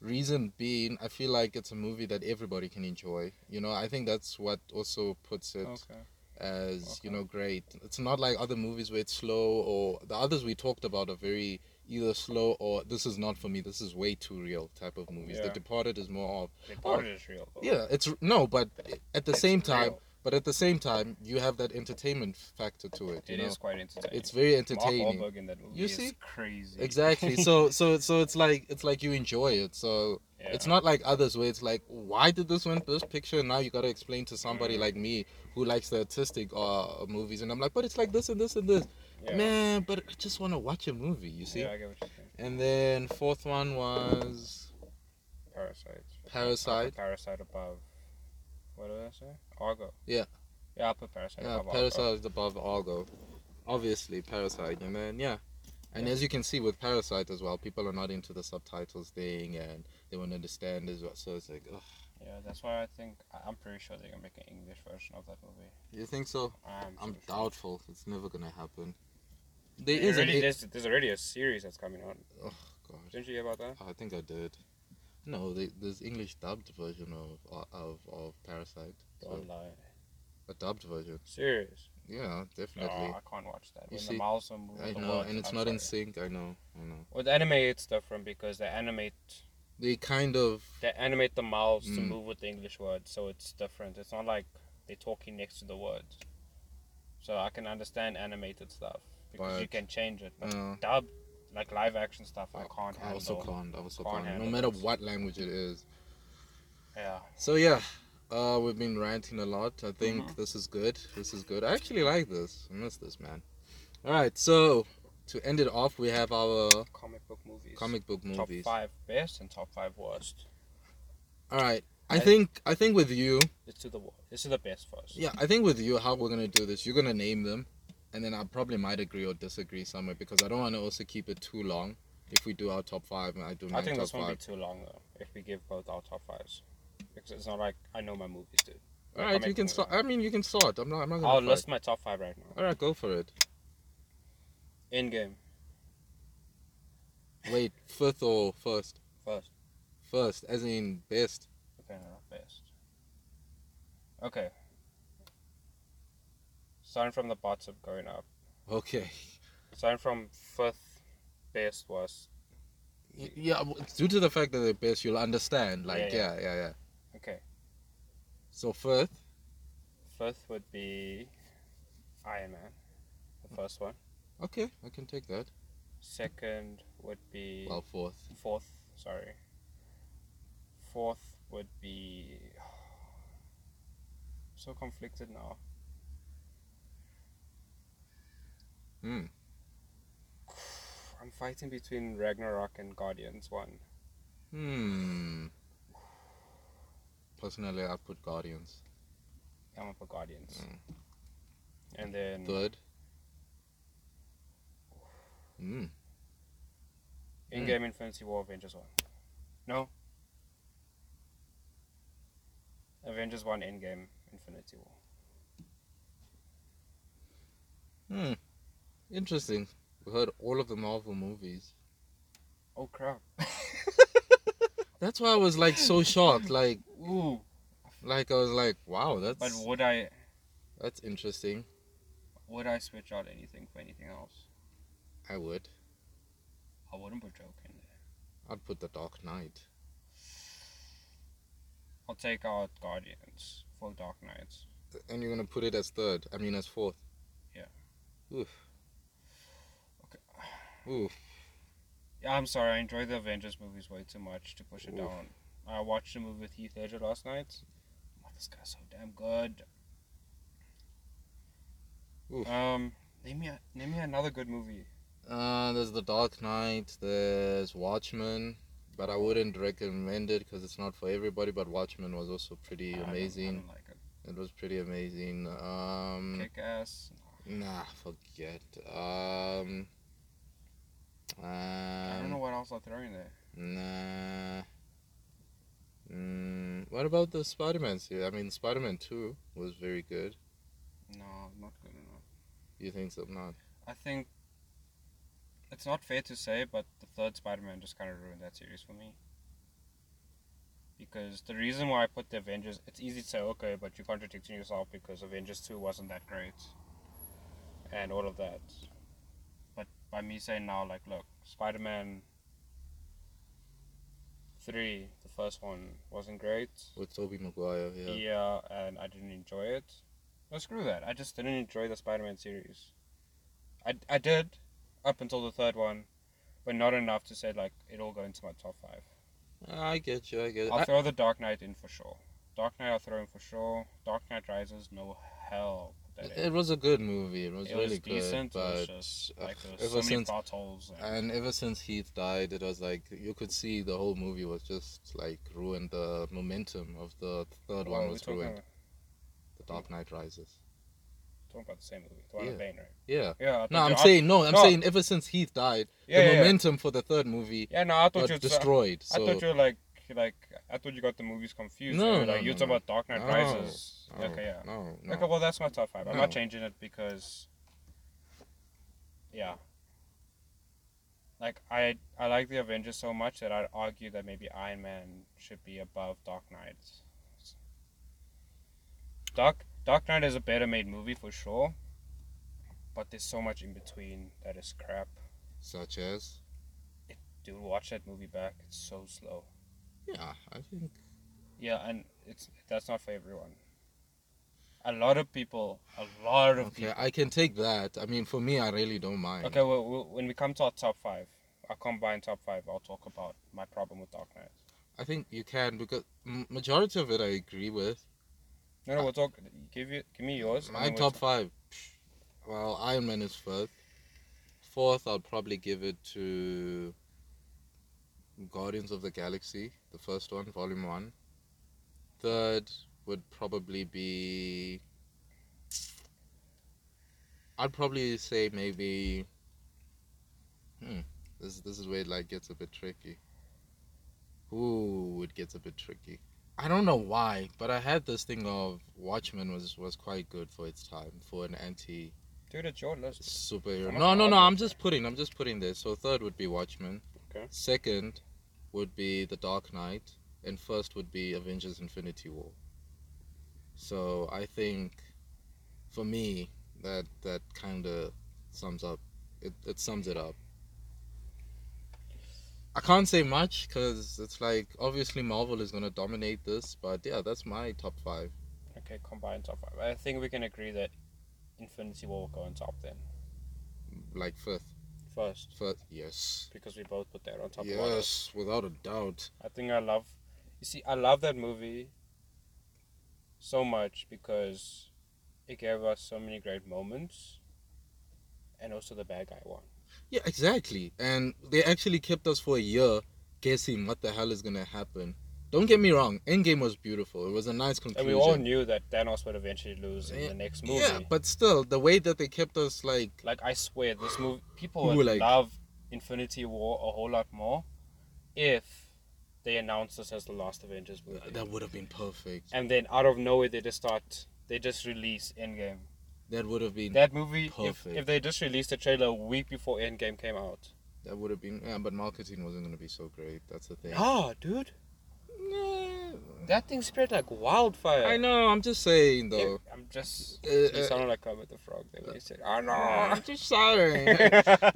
Speaker 2: Reason being, I feel like it's a movie that everybody can enjoy. You know, I think that's what also puts it.
Speaker 1: Okay.
Speaker 2: as you
Speaker 1: Okay.
Speaker 2: know great it's not like other movies where it's slow or the others we talked about are very either slow or this is not for me this is way too real type of movies the
Speaker 1: Yeah.
Speaker 2: departed is more of
Speaker 1: They bought it as real. Though.
Speaker 2: Oh. yeah it's no but at the
Speaker 1: It's
Speaker 2: same time
Speaker 1: real.
Speaker 2: but at the same time you have that entertainment factor to it you
Speaker 1: It
Speaker 2: know
Speaker 1: is quite entertaining.
Speaker 2: it's very
Speaker 1: Mark
Speaker 2: entertaining
Speaker 1: Wahlberg in that movie
Speaker 2: You
Speaker 1: is
Speaker 2: see?
Speaker 1: crazy.
Speaker 2: exactly so so so it's like it's like you enjoy it so
Speaker 1: Yeah.
Speaker 2: it's not like others where it's like why did this win this picture and now you got to explain to somebody
Speaker 1: Mm.
Speaker 2: like me who likes the artistic uh, movies and i'm like but it's like this and this and this
Speaker 1: yeah.
Speaker 2: Man, but I just want to watch a movie, you see?
Speaker 1: Yeah, I get what you're saying.
Speaker 2: And then fourth one was
Speaker 1: Parasite. I
Speaker 2: Parasite.
Speaker 1: put Parasite above. What did I say? Argo.
Speaker 2: Yeah.
Speaker 1: Yeah, I put Parasite
Speaker 2: Yeah,
Speaker 1: above. Argo.
Speaker 2: Parasite is above Argo. Obviously, Parasite. And then, yeah. And as you can see with Parasite as well, people are not into the subtitles thing and they won't understand as well. So it's like, ugh.
Speaker 1: Yeah, that's why I think I- I'm pretty sure they're gonna make an English version of that movie.
Speaker 2: You think so?
Speaker 1: I'm,
Speaker 2: I'm
Speaker 1: pretty sure.
Speaker 2: doubtful. It's never going to happen. There
Speaker 1: There
Speaker 2: is an.
Speaker 1: already-
Speaker 2: A-
Speaker 1: there's, there's already a series that's coming out.
Speaker 2: Oh, God.
Speaker 1: Didn't you hear about that?
Speaker 2: I think I did. No, the- there's English dubbed version of of, of Parasite.
Speaker 1: Don't lie.
Speaker 2: A dubbed version.
Speaker 1: Serious.
Speaker 2: Yeah,
Speaker 1: No,
Speaker 2: definitely.
Speaker 1: I can't watch that.
Speaker 2: You
Speaker 1: When
Speaker 2: see?
Speaker 1: the mouths are moving,
Speaker 2: I
Speaker 1: the
Speaker 2: know,
Speaker 1: words,
Speaker 2: and it's
Speaker 1: I'm
Speaker 2: not in
Speaker 1: sorry.
Speaker 2: sync. I know, I know.
Speaker 1: With anime, it's different because they animate
Speaker 2: They kind of
Speaker 1: they animate the mouths to
Speaker 2: Mm.
Speaker 1: move with the English words, so it's different. It's not like they're talking next to the words. So I can understand animated stuff because you
Speaker 2: But-
Speaker 1: can change it. But
Speaker 2: Yeah.
Speaker 1: dub, like live action stuff, I, can't
Speaker 2: I
Speaker 1: handle.
Speaker 2: also can't. I also
Speaker 1: Can't
Speaker 2: can't. No
Speaker 1: handle
Speaker 2: matter
Speaker 1: it.
Speaker 2: what language it is.
Speaker 1: Yeah.
Speaker 2: So yeah, uh, we've been ranting a lot. I think
Speaker 1: Mhm.
Speaker 2: this is good. This is good. I actually like this. I miss this man. All right, so to end it off, we have our
Speaker 1: Comic book movies.
Speaker 2: comic book
Speaker 1: top
Speaker 2: movies.
Speaker 1: five best and top five worst.
Speaker 2: All right. I
Speaker 1: I-
Speaker 2: think I think with you,
Speaker 1: Let's do the wor- let's do the best first.
Speaker 2: yeah, I think with you, how we're gonna do this, you're gonna name them, and then I probably might agree or disagree somewhere because I don't want to also keep it too long. If we do our top five, and I do my
Speaker 1: I think
Speaker 2: top
Speaker 1: this won't
Speaker 2: five.
Speaker 1: be too long though if we give both our top fives, because it's not like I know my movies, dude. Like, I
Speaker 2: All right, you
Speaker 1: make
Speaker 2: can
Speaker 1: them
Speaker 2: start.
Speaker 1: around.
Speaker 2: I mean, you can start. I'm not. I'm not gonna.
Speaker 1: I'll
Speaker 2: fight.
Speaker 1: list my top five right now.
Speaker 2: All right, go for it.
Speaker 1: Endgame
Speaker 2: Wait, fifth or first?
Speaker 1: first.
Speaker 2: First, as in best.
Speaker 1: Okay, no, not best. Okay. Starting from the bottom going up.
Speaker 2: Okay.
Speaker 1: Starting from fifth best was
Speaker 2: Y- Yeah, w- it's due to the fact that they're best, you'll understand. Like, yeah,
Speaker 1: Yeah,
Speaker 2: yeah, yeah.
Speaker 1: okay.
Speaker 2: So fifth.
Speaker 1: Fifth would be Iron Man, the first one.
Speaker 2: Okay, I can take that.
Speaker 1: Second would be
Speaker 2: Well, fourth.
Speaker 1: fourth. Sorry. Fourth would be so conflicted now.
Speaker 2: Hmm.
Speaker 1: I'm fighting between Ragnarok and Guardians one.
Speaker 2: Hmm. Personally, I put Guardians
Speaker 1: I'm up for Guardians.
Speaker 2: Mm.
Speaker 1: And then
Speaker 2: third. Mm.
Speaker 1: in game Infinity War Avengers 1. No? Avengers 1 Endgame Infinity War.
Speaker 2: Hmm. Interesting. We heard all of the Marvel movies.
Speaker 1: Oh crap.
Speaker 2: That's why I was like so shocked. Like,
Speaker 1: Ooh.
Speaker 2: like I was like, wow, that's
Speaker 1: But would I
Speaker 2: that's interesting.
Speaker 1: would I switch out anything for anything else?
Speaker 2: I would.
Speaker 1: I wouldn't put Joker in there.
Speaker 2: I'd put the Dark Knight.
Speaker 1: I'll take out Guardians for Dark Knights.
Speaker 2: And you're gonna put it as third. I mean, as fourth.
Speaker 1: Yeah.
Speaker 2: Oof.
Speaker 1: Okay.
Speaker 2: Oof.
Speaker 1: Yeah, I'm sorry, I enjoy the Avengers movies way too much to push it
Speaker 2: Oof.
Speaker 1: down. I watched a movie with Heath Ledger last night. Oh, this guy's so damn good.
Speaker 2: Oof.
Speaker 1: Um, name me a, name me another good movie.
Speaker 2: Uh, there's the Dark Knight. There's Watchmen. But I wouldn't recommend it because it's not for everybody. But Watchmen was also pretty
Speaker 1: I don't- I
Speaker 2: amazing.
Speaker 1: don't like it.
Speaker 2: It was pretty amazing. Um,
Speaker 1: Kick ass.
Speaker 2: Nah, forget. Um, um,
Speaker 1: I don't know what else I'll throw in there.
Speaker 2: Nah. Mm, what about the Spider Man series? I mean, Spider Man 2 was very good.
Speaker 1: No, not good enough.
Speaker 2: You think so? Not.
Speaker 1: I think it's not fair to say, but the third Spider-Man just kind of ruined that series for me. Because the reason why I put the Avengers, it's easy to say, okay, but you're contradicting yourself because Avengers 2 wasn't that great. And all of that. But by me saying now, like, look, Spider-Man 3, the first one, wasn't great.
Speaker 2: With Tobey Maguire,
Speaker 1: Yeah.
Speaker 2: yeah.
Speaker 1: and I didn't enjoy it. No, screw that. I just didn't enjoy the Spider-Man series. I, I did up until the third one, but not enough to say like it all go into my top five.
Speaker 2: Ah, I get you, I get you.
Speaker 1: I'll
Speaker 2: Uh, I,
Speaker 1: throw the Dark Knight in for sure. Dark Knight I'll throw in for sure. Dark Knight Rises, no hell. put That in.
Speaker 2: it was a good movie. It was
Speaker 1: It
Speaker 2: really
Speaker 1: was decent.
Speaker 2: good.
Speaker 1: it was
Speaker 2: But,
Speaker 1: just
Speaker 2: uh,
Speaker 1: like there was
Speaker 2: ever
Speaker 1: so many
Speaker 2: since-
Speaker 1: plot holes. And,
Speaker 2: and ever since Heath died, it was like you could see the whole movie was just like ruined. The momentum of the third
Speaker 1: Oh,
Speaker 2: one
Speaker 1: we're
Speaker 2: was
Speaker 1: talking,
Speaker 2: ruined.
Speaker 1: about,
Speaker 2: The Dark Knight Rises.
Speaker 1: talking about the same movie, the one
Speaker 2: Yeah.
Speaker 1: with Bane, right?
Speaker 2: Yeah.
Speaker 1: Yeah. I
Speaker 2: No,
Speaker 1: thought
Speaker 2: I'm
Speaker 1: you- I-
Speaker 2: saying no. I'm
Speaker 1: no.
Speaker 2: saying ever since Heath died,
Speaker 1: Yeah, yeah,
Speaker 2: the
Speaker 1: yeah.
Speaker 2: momentum for the third movie
Speaker 1: Yeah, no, I thought
Speaker 2: got
Speaker 1: you. were-
Speaker 2: destroyed.
Speaker 1: I
Speaker 2: so
Speaker 1: thought you were like like I thought you got the movies confused.
Speaker 2: No,
Speaker 1: No,
Speaker 2: no,
Speaker 1: like you're
Speaker 2: no,
Speaker 1: talking
Speaker 2: no.
Speaker 1: about Dark Knight
Speaker 2: No,
Speaker 1: Rises.
Speaker 2: no,
Speaker 1: okay, yeah.
Speaker 2: oh, no,
Speaker 1: Okay,
Speaker 2: no.
Speaker 1: well that's my top five. I'm not
Speaker 2: No.
Speaker 1: changing it because Yeah. Like I I like the Avengers so much that I'd argue that maybe Iron Man should be above Dark Knight. Dark Dark Knight is a better made movie for sure. But there's so much in between that is crap.
Speaker 2: Such as
Speaker 1: Dude, watch that movie back. It's so slow.
Speaker 2: yeah, I think
Speaker 1: Yeah, and it's that's not for everyone. A lot of people, a lot of
Speaker 2: okay, I can take that. I mean, for me, I really don't mind.
Speaker 1: people. Okay, well, well, when we come to our top five, our combined top five, I'll talk about my problem with Dark Knight.
Speaker 2: I think you can because m- majority of it I agree with.
Speaker 1: No, no, we'll talk. Give you, give me yours. and
Speaker 2: Uh, My
Speaker 1: then we'll
Speaker 2: top
Speaker 1: talk-
Speaker 2: five. psh, Well, Iron Man is first. Fourth, I'll probably give it to Guardians of the Galaxy, the first one, Volume One. Third would probably be. I'd probably say maybe. Hmm. This this is where it like gets a bit tricky. Ooh, it gets a bit tricky. I don't know why, but I had this thing of Watchmen was was quite good for its time for an anti
Speaker 1: Dude, it's your list.
Speaker 2: superhero.
Speaker 1: I'm not
Speaker 2: No, no, no.
Speaker 1: bothered.
Speaker 2: I'm just putting. I'm just putting this. So third would be Watchmen.
Speaker 1: Okay.
Speaker 2: Second would be The Dark Knight, and first would be Avengers: Infinity War. So I think, for me, that that kind of sums up. It it sums it up. I can't say much because it's like obviously Marvel is gonna dominate this, but yeah, that's my top five.
Speaker 1: Okay, combined top five. I think we can agree that Infinity War will go on top then
Speaker 2: Like fifth,
Speaker 1: first
Speaker 2: first, yes,
Speaker 1: because we both put that on top. of one.
Speaker 2: yes, without a doubt.
Speaker 1: I think I love. You see, I love that movie so much because it gave us so many great moments, and also the bad guy one.
Speaker 2: Yeah, exactly. And they actually kept us for a year guessing what the hell is gonna happen. Don't get me wrong, Endgame was beautiful. It was a nice
Speaker 1: And
Speaker 2: conclusion.
Speaker 1: we all knew that Thanos would eventually lose in
Speaker 2: Yeah,
Speaker 1: the next movie.
Speaker 2: yeah, but still, the way that they kept us like
Speaker 1: like I swear, this movie people
Speaker 2: Who
Speaker 1: would
Speaker 2: were like-
Speaker 1: love Infinity War a whole lot more if they announced this as the last Avengers movie.
Speaker 2: that would have been perfect.
Speaker 1: and then out of nowhere, they just start. They just release Endgame.
Speaker 2: That would have been that,
Speaker 1: That movie, if,
Speaker 2: Perfect.
Speaker 1: if they just released the trailer a week before Endgame came out.
Speaker 2: would have been yeah, but marketing wasn't gonna be so great. That's the thing.
Speaker 1: Ah, dude,
Speaker 2: Yeah.
Speaker 1: that thing spread like wildfire.
Speaker 2: I know. I'm just saying
Speaker 1: Yeah,
Speaker 2: though.
Speaker 1: I'm just.
Speaker 2: Uh,
Speaker 1: you
Speaker 2: uh,
Speaker 1: sounded like Kermit the Frog. There when you said, "Oh
Speaker 2: I'm
Speaker 1: no."
Speaker 2: just sorry.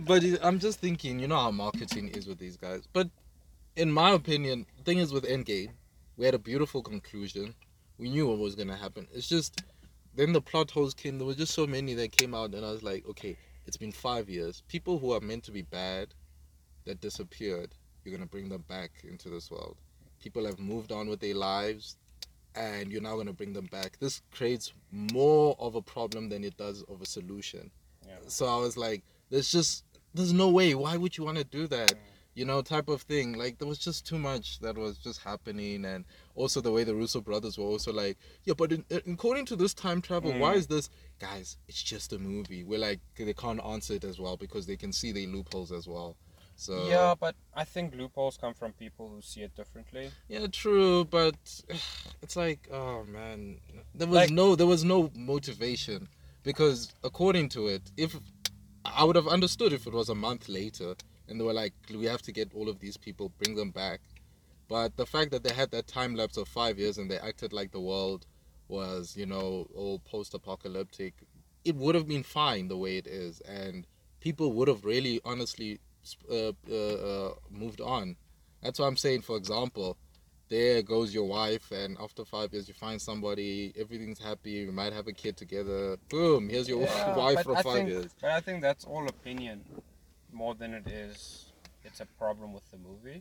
Speaker 2: but it- I'm just thinking, you know how marketing is with these guys. But in my opinion, the thing is with Endgame, we had a beautiful conclusion. We knew what was gonna happen. It's just then the plot holes came. There were just so many that came out, and I was like, okay, it's been five years. People who are meant to be bad, that disappeared, you're gonna bring them back into this world. People have moved on with their lives. And you're now going to bring them back. This creates more of a problem than it does of a solution.
Speaker 1: Yeah.
Speaker 2: So I was like, there's just there's no way why would you want to do that you know type of thing like there was just too much that was just happening and also the way the russo brothers were also like yeah but in, in- according to this time travel why
Speaker 1: Mm.
Speaker 2: is this guys it's just a movie we're like they can't answer it as well because they can see the loopholes as well so
Speaker 1: yeah, but I think loopholes come from people who see it differently.
Speaker 2: yeah true but it's like oh man there was
Speaker 1: Like-
Speaker 2: no there was no motivation because according to it if i would have understood if it was a month later and they were like we have to get all of these people bring them back but the fact that they had that time lapse of five years and they acted like the world was you know all post-apocalyptic it would have been fine the way it is and people would have really honestly sp- uh, uh, uh, moved on that's what i'm saying for example there goes your wife and after five years you find somebody everything's happy you might have a kid together boom here's your
Speaker 1: Yeah,
Speaker 2: wife
Speaker 1: but
Speaker 2: from
Speaker 1: I
Speaker 2: five
Speaker 1: think-
Speaker 2: years
Speaker 1: But I think that's all opinion, more than it is. It's a problem with the movie.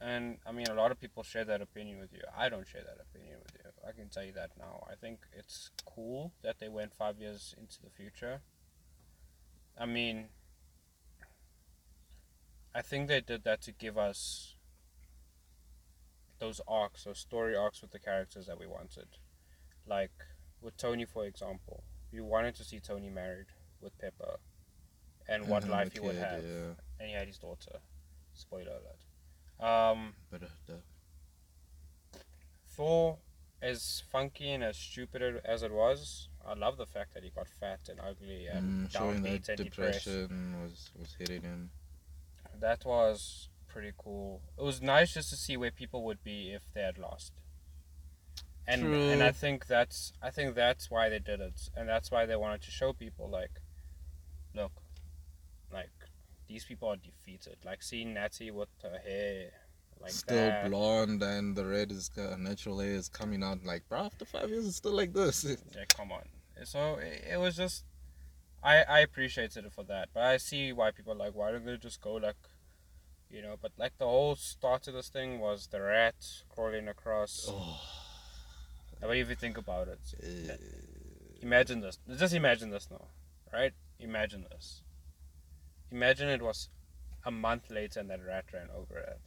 Speaker 1: And I mean, a lot of people share that opinion with you. I don't share that opinion with you. I can tell you that now. I think it's cool that they went five years into the future. I mean, I think they did that to give us those arcs, those story arcs with the characters that we wanted. Like with Tony, for example, we wanted to see Tony married with Pepper and what
Speaker 2: And have
Speaker 1: life
Speaker 2: a
Speaker 1: he would
Speaker 2: Mm-hmm.
Speaker 1: have.
Speaker 2: kid, yeah.
Speaker 1: And he had his daughter. Spoiler alert. Um,
Speaker 2: But, uh, the-
Speaker 1: Thor, as funky and as stupid it- as it was, I love the fact that he got fat and ugly and
Speaker 2: Mm, showing that
Speaker 1: downbeat and depressed.
Speaker 2: depression was, was hitting him.
Speaker 1: That was pretty cool. It was nice just to see where people would be if they had lost. And and
Speaker 2: True.
Speaker 1: I think that's I think that's why they did it, and that's why they wanted to show people like, look, like these people are defeated. Like seeing Natty with her hair like
Speaker 2: still
Speaker 1: that.
Speaker 2: blonde and the red is uh, natural hair is coming out. Like, bro, after five years, it's still like this.
Speaker 1: Yeah, come on. So it, it was just, I I appreciated it for that, but I see why people are like, why don't they just go like, you know? But like the whole start of this thing was the rat crawling across.
Speaker 2: Oh,
Speaker 1: I mean, if you think about it,
Speaker 2: eh,
Speaker 1: imagine this. Just imagine this now, right? Imagine this. Imagine it was a month later and that rat ran over it.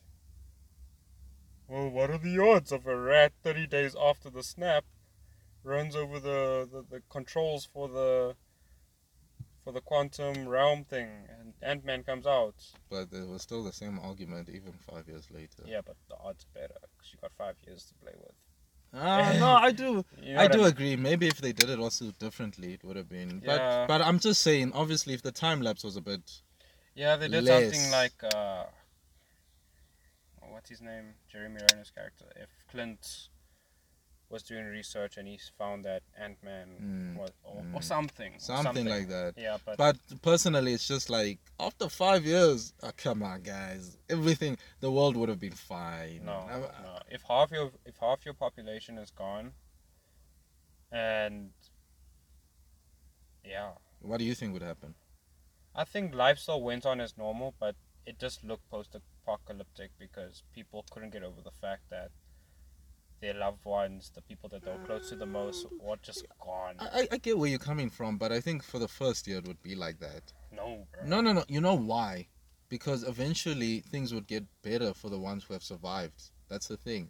Speaker 1: Well, what are the odds of a rat 30 days after the snap runs over the, the, the controls for the for the quantum realm thing and Ant-Man comes out?
Speaker 2: but it was still the same argument even five years later.
Speaker 1: Yeah, but the odds are better because you got five years to play with.
Speaker 2: Ah, no, I do,
Speaker 1: You know
Speaker 2: I
Speaker 1: what
Speaker 2: do
Speaker 1: I'm-
Speaker 2: agree. Maybe if they did it also differently, it would have been. But,
Speaker 1: Yeah.
Speaker 2: but I'm just saying. Obviously, if the time lapse was a bit,
Speaker 1: Yeah, they did something
Speaker 2: less.
Speaker 1: like uh, what's his name, Jeremy Renner's character. If Clint was doing research and he found that Ant Man
Speaker 2: mm,
Speaker 1: was or, or
Speaker 2: mm.
Speaker 1: something, or
Speaker 2: something, like that.
Speaker 1: Yeah, but,
Speaker 2: But personally, it's just like after five years, ah, come on, guys, everything, the world would have been fine.
Speaker 1: no,
Speaker 2: I- I-
Speaker 1: no. If half your if half your population is gone, and yeah,
Speaker 2: What do you think would happen?
Speaker 1: I think life still went on as normal, but it just looked post apocalyptic because people couldn't get over the fact that their loved ones, the people that they were close to the most, were just gone.
Speaker 2: I, I- I get where you're coming from, but I think for the first year it would be like that.
Speaker 1: No, bro.
Speaker 2: No, no, no. You know why? Because eventually things would get better for the ones who have survived. That's the thing.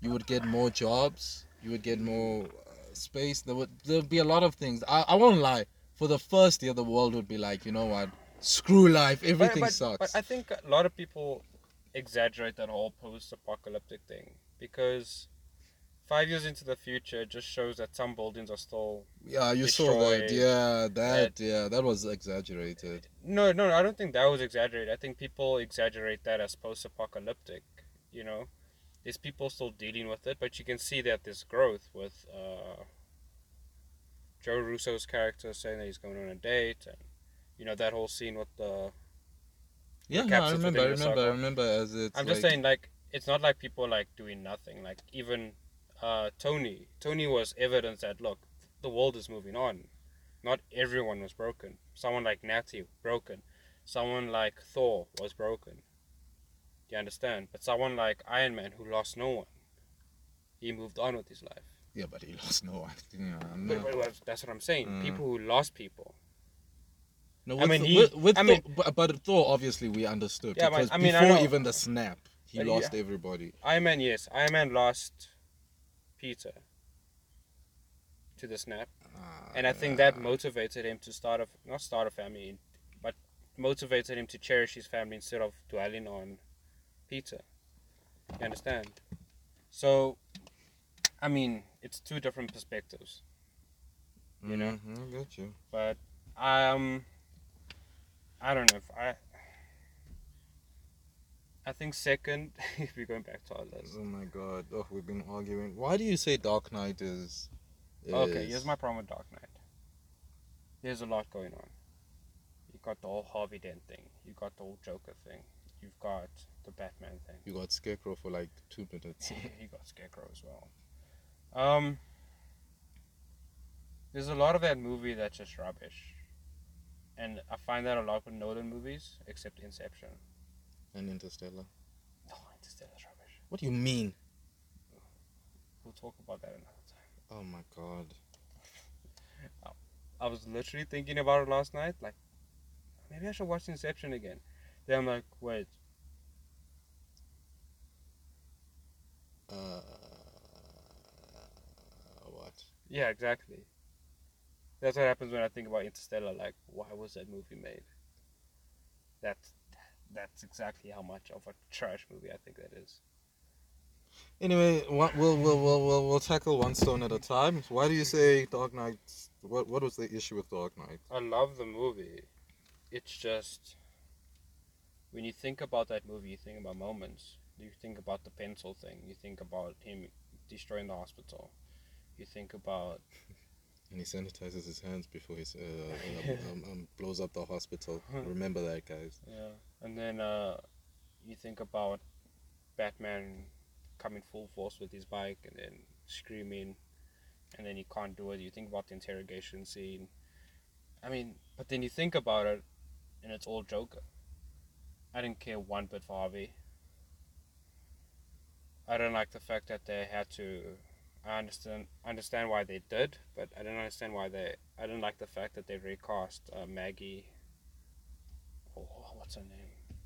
Speaker 2: You would get more jobs. You would get more uh, space. There would there'd be a lot of things. I, I won't lie. For the first year, the world would be like, you know what? Screw life. Everything
Speaker 1: but,
Speaker 2: sucks.
Speaker 1: But uh, I think a lot of people exaggerate that whole post-apocalyptic thing because five years into the future it just shows that some buildings are still.
Speaker 2: yeah, you saw that.
Speaker 1: destroyed,
Speaker 2: Yeah, that. Yeah, that was exaggerated.
Speaker 1: No, no, no, I don't think that was exaggerated. I think people exaggerate that as post-apocalyptic. You know, there's people still dealing with it, but you can see that there's growth with uh, Joe Russo's character saying that he's going on a date, and you know that whole scene with the.
Speaker 2: Yeah, no, I
Speaker 1: capsules
Speaker 2: remember. I
Speaker 1: within the
Speaker 2: remember. I
Speaker 1: circle.
Speaker 2: remember. As it's
Speaker 1: I'm just
Speaker 2: like-
Speaker 1: saying, like, it's not like people like doing nothing. Like, even uh, Tony, Tony was evidence that look, the world is moving on. Not everyone was broken. Someone like Natty broken. Someone like Thor was broken. Do you understand? But someone like Iron Man who lost no one, he moved on with his life.
Speaker 2: Yeah, but he lost no one. Yeah, no.
Speaker 1: But, but- but that's what I'm saying.
Speaker 2: Mm.
Speaker 1: People who lost people.
Speaker 2: No,
Speaker 1: I
Speaker 2: with,
Speaker 1: mean,
Speaker 2: Thor-
Speaker 1: he-
Speaker 2: with, with
Speaker 1: I
Speaker 2: Thor,
Speaker 1: mean-
Speaker 2: but, but Thor, obviously, we understood
Speaker 1: Yeah, but
Speaker 2: because
Speaker 1: I mean, I
Speaker 2: before
Speaker 1: know-
Speaker 2: even the snap, he
Speaker 1: But yeah.
Speaker 2: lost everybody.
Speaker 1: Iron Man, yes. Iron Man lost Peter to the snap.
Speaker 2: Ah,
Speaker 1: and I think that motivated him to start a not start a family, but motivated him to cherish his family instead of dwelling on Peter. You understand? So, I mean, it's two different perspectives, you know.
Speaker 2: Mm-hmm, I got you.
Speaker 1: but um, I don't know if I. I think second, if we're going back to our list.
Speaker 2: Oh my god! Oh, we've been arguing. Why do you say Dark Knight is?
Speaker 1: Okay,
Speaker 2: is-
Speaker 1: here's my problem with Dark Knight. There's a lot going on. You got the whole Harvey Dent thing. You got the whole Joker thing. You've got the Batman thing.
Speaker 2: You got Scarecrow for like two minutes.
Speaker 1: you got Scarecrow as well. Um, there's a lot of that movie that's just rubbish, and I find that a lot with Nolan movies, except Inception.
Speaker 2: and Interstellar.
Speaker 1: No, Interstellar's rubbish.
Speaker 2: What do you mean?
Speaker 1: We'll talk about that another time.
Speaker 2: Oh my god!
Speaker 1: I was literally thinking about it last night. Like, maybe I should watch Inception again. Then I'm like, wait,
Speaker 2: Uh, what?
Speaker 1: Yeah, exactly. That's what happens when I think about Interstellar. Like, why was that movie made? That's that's exactly how much of a trash movie I think that is.
Speaker 2: Anyway, what, we'll, we'll, we'll, we'll, we'll tackle one stone at a time. Why do you say Dark Knight? What, what was the issue with Dark Knight?
Speaker 1: I love the movie. It's just when you think about that movie, you think about moments. You think about the pencil thing. You think about him destroying the hospital. You think about
Speaker 2: And he sanitizes his hands before he uh, um, um, blows up the hospital. Remember that, guys.
Speaker 1: yeah, and then uh, you think about Batman coming full force with his bike and then screaming, and then he can't do it. You think about the interrogation scene. I mean, but then you think about it, and it's all Joker. I didn't care one bit for Harvey. I don't like the fact that they had to. I understand understand why they did, but I don't understand why they. I didn't like the fact that they recast uh, Maggie. Oh, what's her name?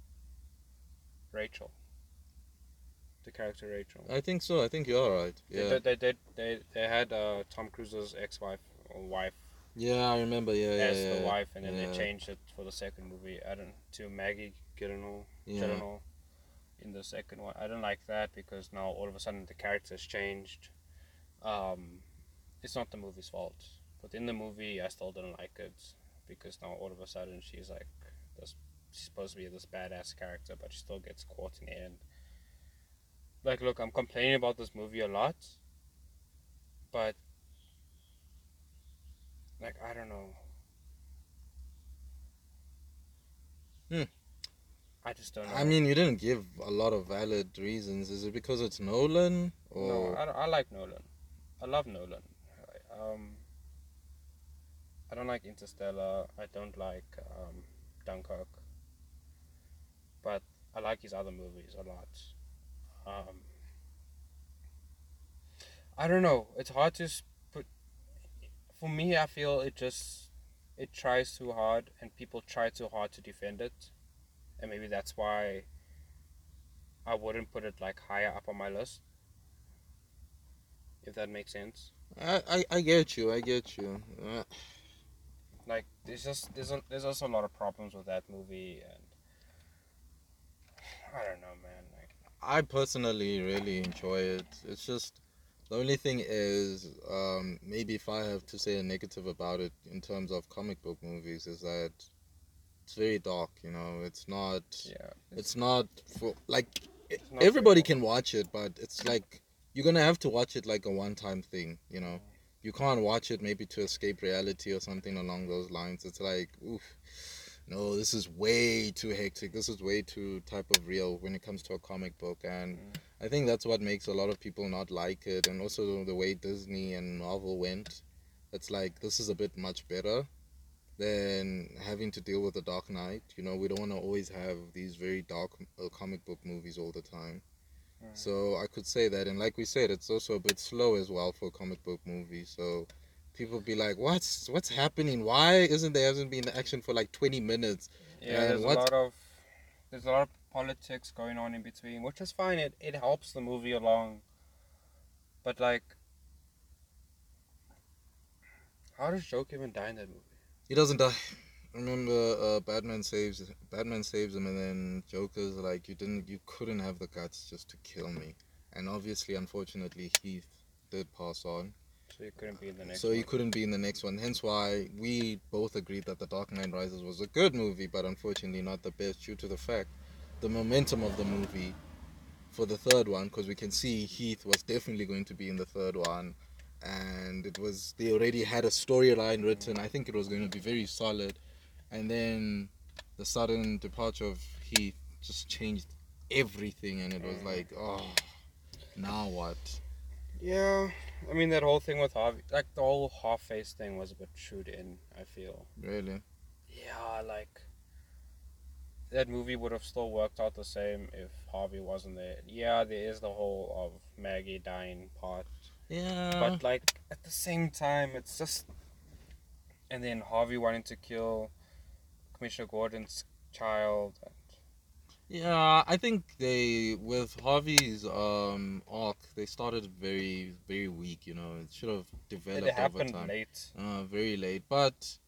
Speaker 1: Rachel. The character Rachel.
Speaker 2: I think so. I think you're right. Yeah.
Speaker 1: They, they, they, they, they had uh, Tom Cruise's ex-wife or wife
Speaker 2: yeah, I remember. Yeah, yeah,
Speaker 1: as
Speaker 2: yeah.
Speaker 1: the wife, and then
Speaker 2: yeah.
Speaker 1: they changed it for the second movie. I don't to Maggie Gyllenhaal,
Speaker 2: Yeah.
Speaker 1: Gyllenhaal in the second one. I don't like that because now all of a sudden the character's changed. Um, it's not the movie's fault, but in the movie I still didn't like it because now all of a sudden she's like this. She's supposed to be this badass character, but she still gets caught in the end. Like, look, I'm complaining about this movie a lot, but like I don't know.
Speaker 2: Hmm.
Speaker 1: I just don't know.
Speaker 2: I mean, you didn't give a lot of valid reasons. Is it because it's Nolan
Speaker 1: no,
Speaker 2: or?
Speaker 1: I, don't- I like Nolan. I love Nolan. I, um, I don't like Interstellar. I don't like um, Dunkirk. But I like his other movies a lot. Um, I don't know. It's hard to s- put. For me, I feel it just it tries too hard, and people try too hard to defend it, and maybe that's why I wouldn't put it like higher up on my list. If that makes sense.
Speaker 2: I, I, I get you. I get you. Uh,
Speaker 1: Like there's just there's a, there's also a lot of problems with that movie and I don't know, man. Like
Speaker 2: I personally really enjoy it. It's just the only thing is um, maybe if I have to say a negative about it in terms of comic book movies is that it's very dark. You know, it's not.
Speaker 1: yeah,
Speaker 2: It's not for like
Speaker 1: it's not
Speaker 2: everybody
Speaker 1: very-
Speaker 2: can watch it, but it's like you're gonna have to watch it like a one-time thing. You know, you can't watch it maybe to escape reality or something along those lines. It's like oof. No, this is way too hectic. This is way too type of real when it comes to a comic book, and
Speaker 1: Mm.
Speaker 2: I think that's what makes a lot of people not like it, and also the way Disney and Marvel went. It's like this is a bit much better than having to deal with the Dark Knight. You know, we don't want to always have these very dark uh, comic book movies all the time.
Speaker 1: Mm.
Speaker 2: So I could say that, and like we said, it's also a bit slow as well for a comic book movie. So people be like, "What's what's happening? Why isn't there hasn't been action for like twenty minutes?"
Speaker 1: Yeah,
Speaker 2: And
Speaker 1: there's
Speaker 2: what-
Speaker 1: a lot of there's a lot of politics going on in between, which is fine. It it helps the movie along. But like, how does Joker even die in that movie?
Speaker 2: He doesn't die. Remember, uh, Batman saves Batman saves him, and then Joker's like, "You didn't, you couldn't have the guts just to kill me." And obviously, unfortunately, Heath did pass on.
Speaker 1: So he couldn't be in the next.
Speaker 2: so
Speaker 1: one.
Speaker 2: he couldn't be in the next one. Hence why we both agreed that The Dark Knight Rises was a good movie, but unfortunately not the best due to the fact the momentum of the movie for the third one, because we can see Heath was definitely going to be in the third one, and it was they already had a storyline written. I think it was going to be very solid, and then the sudden departure of Heath just changed everything, and it was
Speaker 1: Mm.
Speaker 2: like, oh, now what?
Speaker 1: Yeah, I mean that whole thing with Harvey, like the whole half face thing, was a bit chewed in. I feel.
Speaker 2: Really?
Speaker 1: Yeah, like that movie would have still worked out the same if Harvey wasn't there. Yeah, there is the whole of Maggie dying part.
Speaker 2: Yeah.
Speaker 1: But like at the same time, it's just. And then Harvey wanting to kill Commissioner Gordon's child.
Speaker 2: Yeah, I think they with Harvey's um arc, they started very very weak. You know, it should have
Speaker 1: It
Speaker 2: developed over
Speaker 1: happened
Speaker 2: time.
Speaker 1: late.
Speaker 2: Uh, very late, but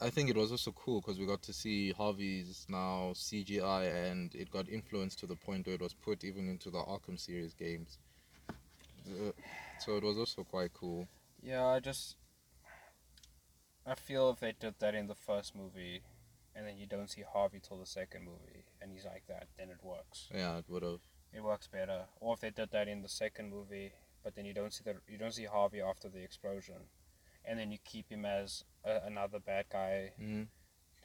Speaker 2: I think it was also cool because we got to see Harvey's now CGI, and it got influenced to the point where it was put even into the Arkham series games. Uh, so it was also quite cool.
Speaker 1: Yeah, I just. I feel if they did that in the first movie, and then you don't see Harvey till the second movie, and he's like that, then it works.
Speaker 2: Yeah, it would have.
Speaker 1: It works better. Or if they did that in the second movie, but then you don't see the you don't see Harvey after the explosion, and then you keep him as a, another bad guy
Speaker 2: Mhm.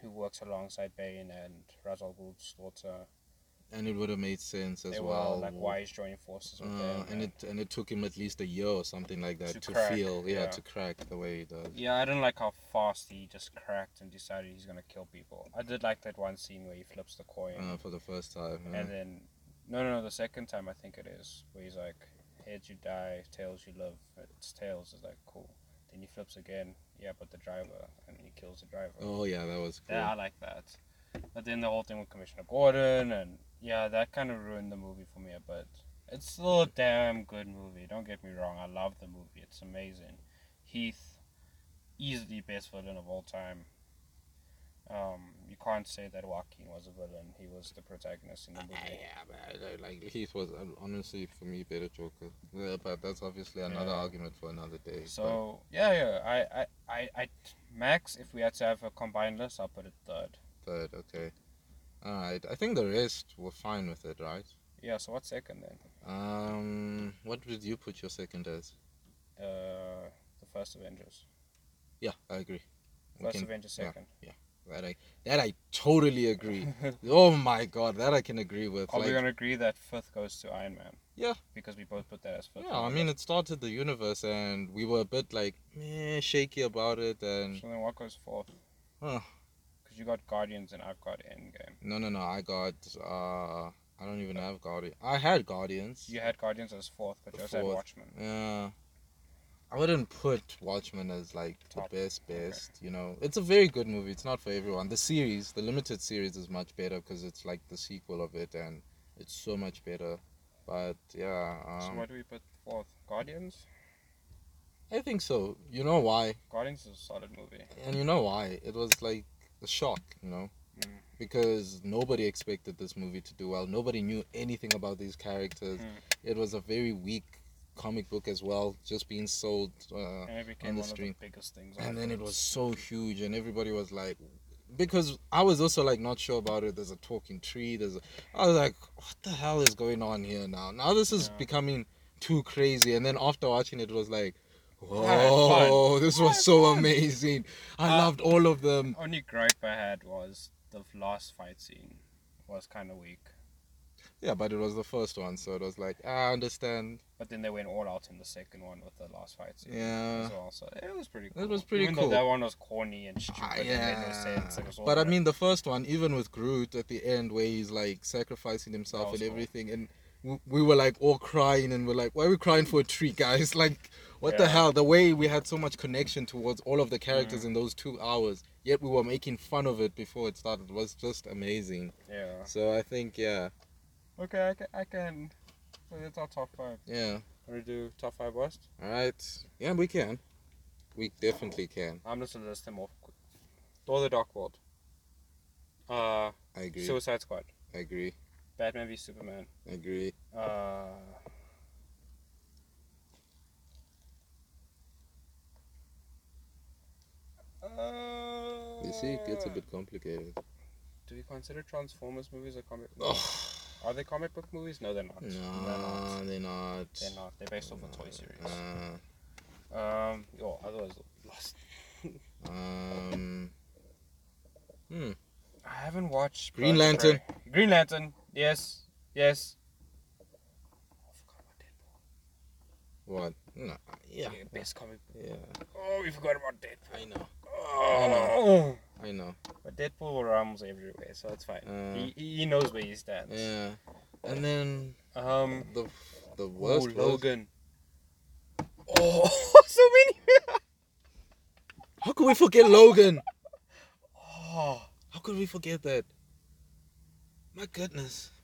Speaker 1: who works alongside Bane and Ra's al Ghul's daughter.
Speaker 2: And it would have made sense as
Speaker 1: They
Speaker 2: well.
Speaker 1: were like why he's joining forces with
Speaker 2: Uh,
Speaker 1: them.
Speaker 2: and it and it took him at least a year or something like that
Speaker 1: To
Speaker 2: to,
Speaker 1: crack,
Speaker 2: feel yeah,
Speaker 1: yeah.
Speaker 2: to crack the way he does. uh,
Speaker 1: yeah, I don't like how fast he just cracked and decided he's gonna kill people. I did like that one scene where he flips the coin,
Speaker 2: Uh, for the first time. yeah.
Speaker 1: and then no, no, no, the second time I think it is where he's like, heads you die, tails you live. It's tails is like cool. Then he flips again, yeah, but the driver, and he kills the driver.
Speaker 2: oh yeah, that was cool.
Speaker 1: Yeah, I like that. But then the whole thing with Commissioner Gordon and yeah, that kind of ruined the movie for me a bit. It's still a damn good movie. Don't get me wrong. I love the movie. It's amazing. Heath, easily best villain of all time. Um, you can't say that Joaquin was a villain. He was the protagonist
Speaker 2: Uh,
Speaker 1: in the movie.
Speaker 2: Yeah, but I- I like Heath was uh, honestly for me better Joker, yeah, but that's obviously another
Speaker 1: Yeah.
Speaker 2: argument for another day. but-
Speaker 1: So yeah, yeah. I, I, I, I, Max. If we had to have a combined list, I'll put it third.
Speaker 2: but okay, all right. I think the rest were fine with it, right?
Speaker 1: Yeah. So what's second then?
Speaker 2: Um, what did you put your second as?
Speaker 1: Uh, the first Avengers.
Speaker 2: Yeah, I agree. We
Speaker 1: First
Speaker 2: can-
Speaker 1: Avengers
Speaker 2: yeah.
Speaker 1: second.
Speaker 2: that I that I totally agree. oh my god, that I can agree with.
Speaker 1: Are
Speaker 2: like-
Speaker 1: we gonna agree that fifth goes to Iron Man?
Speaker 2: Yeah.
Speaker 1: Because we both put that as fifth.
Speaker 2: Yeah, I mean, it started the universe, and we were a bit like meh, shaky about it. And
Speaker 1: So then what goes fourth?
Speaker 2: Huh.
Speaker 1: Because you got Guardians and I've got Endgame.
Speaker 2: no, no, no, I got uh, I don't even have Guardian. I had Guardians.
Speaker 1: You had Guardians as fourth, but you also had
Speaker 2: Fourth.
Speaker 1: Watchmen.
Speaker 2: Yeah. I wouldn't put Watchmen as like the
Speaker 1: Top.
Speaker 2: best,
Speaker 1: Okay.
Speaker 2: best. You know, it's a very good movie. It's not for everyone. The series, the limited series, is much better because it's like the sequel of it, and It's so much better. But yeah,
Speaker 1: so
Speaker 2: um,
Speaker 1: what do we put fourth? Guardians.
Speaker 2: I think so. You know why?
Speaker 1: Guardians is a solid movie.
Speaker 2: And you know why? It was like a shock, you know?
Speaker 1: Mm.
Speaker 2: Because nobody expected this movie to do well. Nobody knew anything about these characters.
Speaker 1: Mm.
Speaker 2: It was a very weak comic book as well, just being sold. Uh,
Speaker 1: And it became
Speaker 2: on the
Speaker 1: one
Speaker 2: stream.
Speaker 1: of the biggest things.
Speaker 2: and then it
Speaker 1: afterwards.
Speaker 2: was so huge, and everybody was like, because I was also like not sure about it. There's a talking tree. There's, a, I was like, what the hell is going on here now? Now this is
Speaker 1: Yeah.
Speaker 2: becoming too crazy. And then after watching it, it was like,
Speaker 1: had
Speaker 2: whoa,
Speaker 1: fun.
Speaker 2: this
Speaker 1: I
Speaker 2: was
Speaker 1: had
Speaker 2: so
Speaker 1: fun."
Speaker 2: amazing. I
Speaker 1: Uh,
Speaker 2: loved all of them.
Speaker 1: Only gripe I had was the last fight scene was kind of weak,
Speaker 2: Yeah, but it was the first one, so it was like I understand.
Speaker 1: but then they went all out in the second one with the last fight scene.
Speaker 2: Yeah,
Speaker 1: as well, so it was pretty. Cool.
Speaker 2: That was pretty
Speaker 1: Even
Speaker 2: cool.
Speaker 1: Though that one was corny and stupid.
Speaker 2: Ah,
Speaker 1: And made no
Speaker 2: yeah.
Speaker 1: sense. It was all
Speaker 2: But I
Speaker 1: bad.
Speaker 2: mean, the first one, even with Groot at the end, where he's like sacrificing himself
Speaker 1: was
Speaker 2: and
Speaker 1: cool.
Speaker 2: everything, and w- we were like all crying, and we're like, why are we crying for a tree, guys? Like, what the
Speaker 1: Yeah. Mm.
Speaker 2: hell? The way we had so much connection towards all of the characters in those two hours, yet we were making fun of it before it started was just amazing.
Speaker 1: Yeah.
Speaker 2: So I think, yeah,
Speaker 1: Okay, I can. I can. So that's our top five.
Speaker 2: yeah.
Speaker 1: Want to do top five worst?
Speaker 2: All right. Yeah, we can. We definitely can.
Speaker 1: I'm just gonna list them off. quick. Thor: The Dark World. Uh,
Speaker 2: I agree.
Speaker 1: Suicide Squad.
Speaker 2: I agree.
Speaker 1: Batman v Superman.
Speaker 2: I agree.
Speaker 1: Uh,
Speaker 2: You
Speaker 1: you
Speaker 2: see, it gets a bit complicated.
Speaker 1: Do we consider Transformers movies a comic?
Speaker 2: Oh,
Speaker 1: Are they comic book movies? No, they're not.
Speaker 2: no,
Speaker 1: They're not.
Speaker 2: they're not.
Speaker 1: They're not. They're based off a toy series.
Speaker 2: Uh,
Speaker 1: Um, yo, otherwise lost.
Speaker 2: um,
Speaker 1: I haven't watched
Speaker 2: Green
Speaker 1: Birds of
Speaker 2: Lantern.
Speaker 1: Prey. Green Lantern. Yes. Yes. I forgot about Deadpool.
Speaker 2: what? No, yeah,
Speaker 1: Best comic. book.
Speaker 2: yeah.
Speaker 1: Oh, we forgot about Deadpool.
Speaker 2: I know,
Speaker 1: Oh.
Speaker 2: I know.
Speaker 1: But Deadpool roams everywhere, so it's fine.
Speaker 2: Uh,
Speaker 1: he, he he knows where he stands.
Speaker 2: Yeah, and then
Speaker 1: Um.
Speaker 2: the Mm. the
Speaker 1: ooh,
Speaker 2: worst. was-
Speaker 1: Logan. Oh, so many.
Speaker 2: How could we forget Logan?
Speaker 1: oh.
Speaker 2: How could we forget that? My goodness.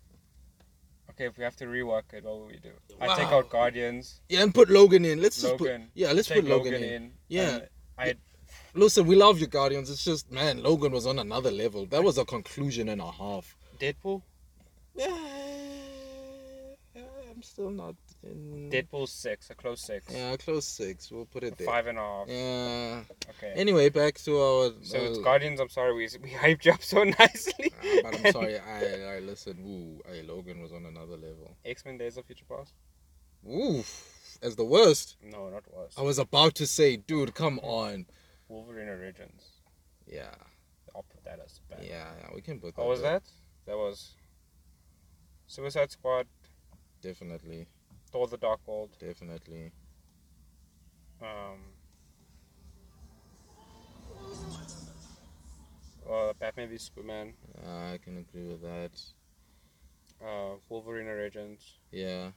Speaker 1: Okay, if we have to rework it, what will we do? I take
Speaker 2: Wow.
Speaker 1: out Guardians.
Speaker 2: Yeah, and put Logan in. Let's just put.
Speaker 1: Logan.
Speaker 2: Yeah, let's
Speaker 1: take
Speaker 2: put Logan, in. Yeah.
Speaker 1: and I
Speaker 2: Listen, we love you, Guardians. It's just, man, Logan was on another level. That was a conclusion and a half.
Speaker 1: Deadpool.
Speaker 2: Yeah, I'm still not in.
Speaker 1: Deadpool six, a close six.
Speaker 2: Mm. Yeah, close six. We'll put it there.
Speaker 1: Five and a half.
Speaker 2: Yeah.
Speaker 1: Okay.
Speaker 2: Anyway, back to our.
Speaker 1: so it's
Speaker 2: uh,
Speaker 1: Guardians. I'm sorry, we we hyped you up so nicely.
Speaker 2: ah, but I'm sorry. I I listen. Ooh, I Logan was on another level.
Speaker 1: X Men Days of Future Past.
Speaker 2: Oof, as the worst.
Speaker 1: No, not was.
Speaker 2: I was about to say, dude, come on.
Speaker 1: Wolverine Origins.
Speaker 2: Yeah,
Speaker 1: I'll put that as bad.
Speaker 2: yeah, yeah we can put that.
Speaker 1: What was
Speaker 2: there,
Speaker 1: that? That was Suicide Squad,
Speaker 2: Definitely,
Speaker 1: Thor: The Dark World.
Speaker 2: definitely.
Speaker 1: Um, uh, Batman v Superman,
Speaker 2: Uh, I can agree with that.
Speaker 1: uh, Wolverine Origins.
Speaker 2: Yeah.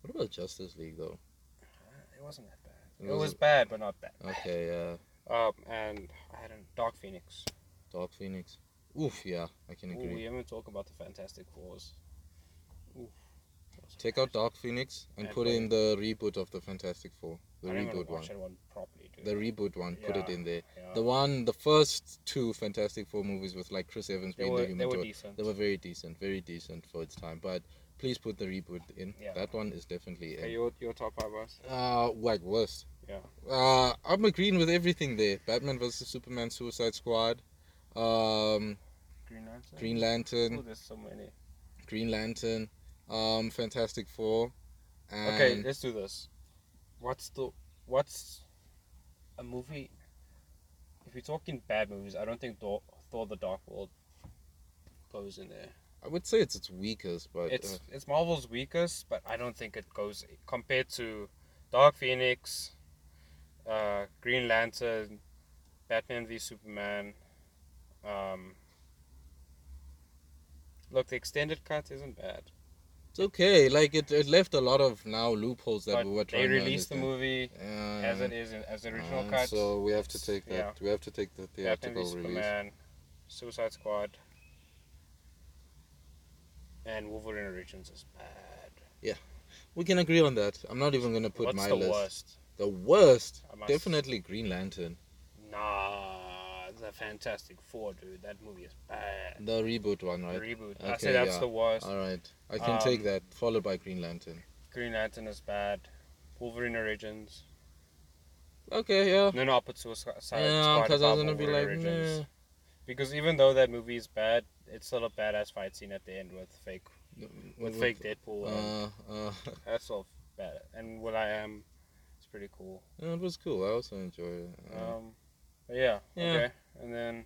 Speaker 2: What about Justice League though?
Speaker 1: Uh, It wasn't that bad.
Speaker 2: It
Speaker 1: It, was
Speaker 2: wasn't-
Speaker 1: bad, but not bad.
Speaker 2: Okay, uh, yeah.
Speaker 1: Um, and I had a Dark Phoenix.
Speaker 2: Dark Phoenix. Oof, yeah, I can
Speaker 1: Ooh,
Speaker 2: agree.
Speaker 1: we haven't talked about the Fantastic Fours. Ooh, that was
Speaker 2: Take
Speaker 1: bad.
Speaker 2: out Dark Phoenix and
Speaker 1: And
Speaker 2: put
Speaker 1: put
Speaker 2: in the reboot of the Fantastic Four. The
Speaker 1: I didn't even
Speaker 2: reboot one.
Speaker 1: watch that one properly, dude.
Speaker 2: The reboot one. Put it
Speaker 1: Yeah,
Speaker 2: in there.
Speaker 1: yeah.
Speaker 2: The one, the first two Fantastic Four movies with like Chris Evans
Speaker 1: they
Speaker 2: being
Speaker 1: were
Speaker 2: the
Speaker 1: they
Speaker 2: human
Speaker 1: were
Speaker 2: torch.
Speaker 1: decent.
Speaker 2: They were very decent, very decent for its time. But please put the reboot in.
Speaker 1: Yeah.
Speaker 2: That one is definitely
Speaker 1: Okay,
Speaker 2: in.
Speaker 1: your your top five was
Speaker 2: Uh, like worst.
Speaker 1: Yeah.
Speaker 2: Uh, I'm agreeing with everything there. Batman versus Superman, Suicide Squad, um,
Speaker 1: Green Lantern.
Speaker 2: Green
Speaker 1: Ooh,
Speaker 2: Lantern,
Speaker 1: Oh, there's so many.
Speaker 2: Green Lantern, um, Fantastic Four. And
Speaker 1: Okay, let's do this. What's the what's a movie? If you're talking bad movies, I don't think Thor, Thor: The Dark World goes in there.
Speaker 2: I would say it's its weakest, but
Speaker 1: It's
Speaker 2: uh,
Speaker 1: it's Marvel's weakest, but I don't think it goes compared to Dark Phoenix, uh, Green Lantern, Batman v Superman. Um, look, the extended cut isn't bad.
Speaker 2: it's okay. Like it, it left a lot of now loopholes that
Speaker 1: but
Speaker 2: we were
Speaker 1: they
Speaker 2: trying to
Speaker 1: released the movie
Speaker 2: understand.
Speaker 1: as
Speaker 2: Um,
Speaker 1: it is in- as the original
Speaker 2: um,
Speaker 1: cut.
Speaker 2: So we have to
Speaker 1: It's-
Speaker 2: take that.
Speaker 1: yeah.
Speaker 2: We have to take the
Speaker 1: Batman v
Speaker 2: theatrical release.
Speaker 1: Superman, Suicide Squad. and Wolverine Origins is bad.
Speaker 2: We can agree on that. I'm not even gonna put
Speaker 1: What's
Speaker 2: my
Speaker 1: the
Speaker 2: list.
Speaker 1: worst?
Speaker 2: The worst,
Speaker 1: I must-
Speaker 2: definitely Green Lantern.
Speaker 1: Nah, the Fantastic Four, dude. That movie is bad.
Speaker 2: The reboot one, right?
Speaker 1: Reboot. I
Speaker 2: Okay,
Speaker 1: say that's
Speaker 2: yeah. Uh,
Speaker 1: the worst.
Speaker 2: All right, I can
Speaker 1: Um,
Speaker 2: take that. Followed by Green Lantern.
Speaker 1: Green Lantern is bad. Wolverine Origins.
Speaker 2: Okay, yeah.
Speaker 1: No, no, I'll put Suicide
Speaker 2: Yeah,
Speaker 1: Squad
Speaker 2: because I was
Speaker 1: above
Speaker 2: gonna be
Speaker 1: Wolverine
Speaker 2: like,
Speaker 1: Origins.
Speaker 2: nah.
Speaker 1: Because even though that movie is bad, it's still a badass fight scene at the end with fake,
Speaker 2: What-
Speaker 1: with
Speaker 2: what-
Speaker 1: fake Deadpool. and
Speaker 2: Uh, uh,
Speaker 1: that's all bad. And Will I Am, it's pretty cool.
Speaker 2: yeah, it was cool. I also enjoyed it. Uh,
Speaker 1: Um, but yeah,
Speaker 2: Yeah.
Speaker 1: Okay. And then,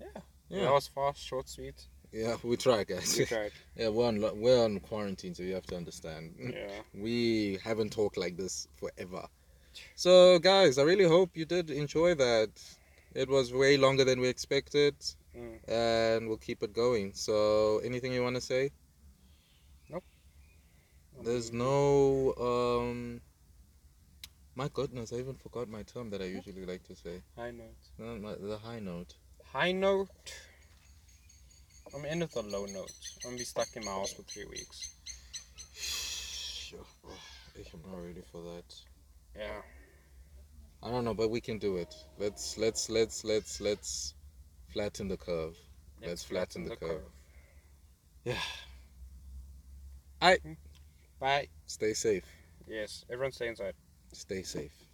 Speaker 1: yeah,
Speaker 2: yeah,
Speaker 1: that was fast, short, sweet.
Speaker 2: yeah, we try, guys.
Speaker 1: We tried.
Speaker 2: yeah, we're on lo- we're on quarantine, so you have to understand.
Speaker 1: Yeah.
Speaker 2: we haven't talked like this forever. So, guys, I really hope you did enjoy that. It was way longer than we expected,
Speaker 1: Mm.
Speaker 2: and we'll keep it going. So, anything you want to say?
Speaker 1: Um,
Speaker 2: There's no. Um, my goodness, I even forgot my term that I usually like to say.
Speaker 1: high note.
Speaker 2: No, my, the high note.
Speaker 1: High note. I'm in with a low note. I'm gonna be stuck in my house for three weeks.
Speaker 2: I'm not ready for that.
Speaker 1: Yeah.
Speaker 2: I don't know, but we can do it. Let's let's let's let's let's flatten the curve. Let's flatten the curve. Yeah. I-
Speaker 1: Bye. Hmm?
Speaker 2: Stay safe.
Speaker 1: Yes. Everyone stay inside.
Speaker 2: Stay safe.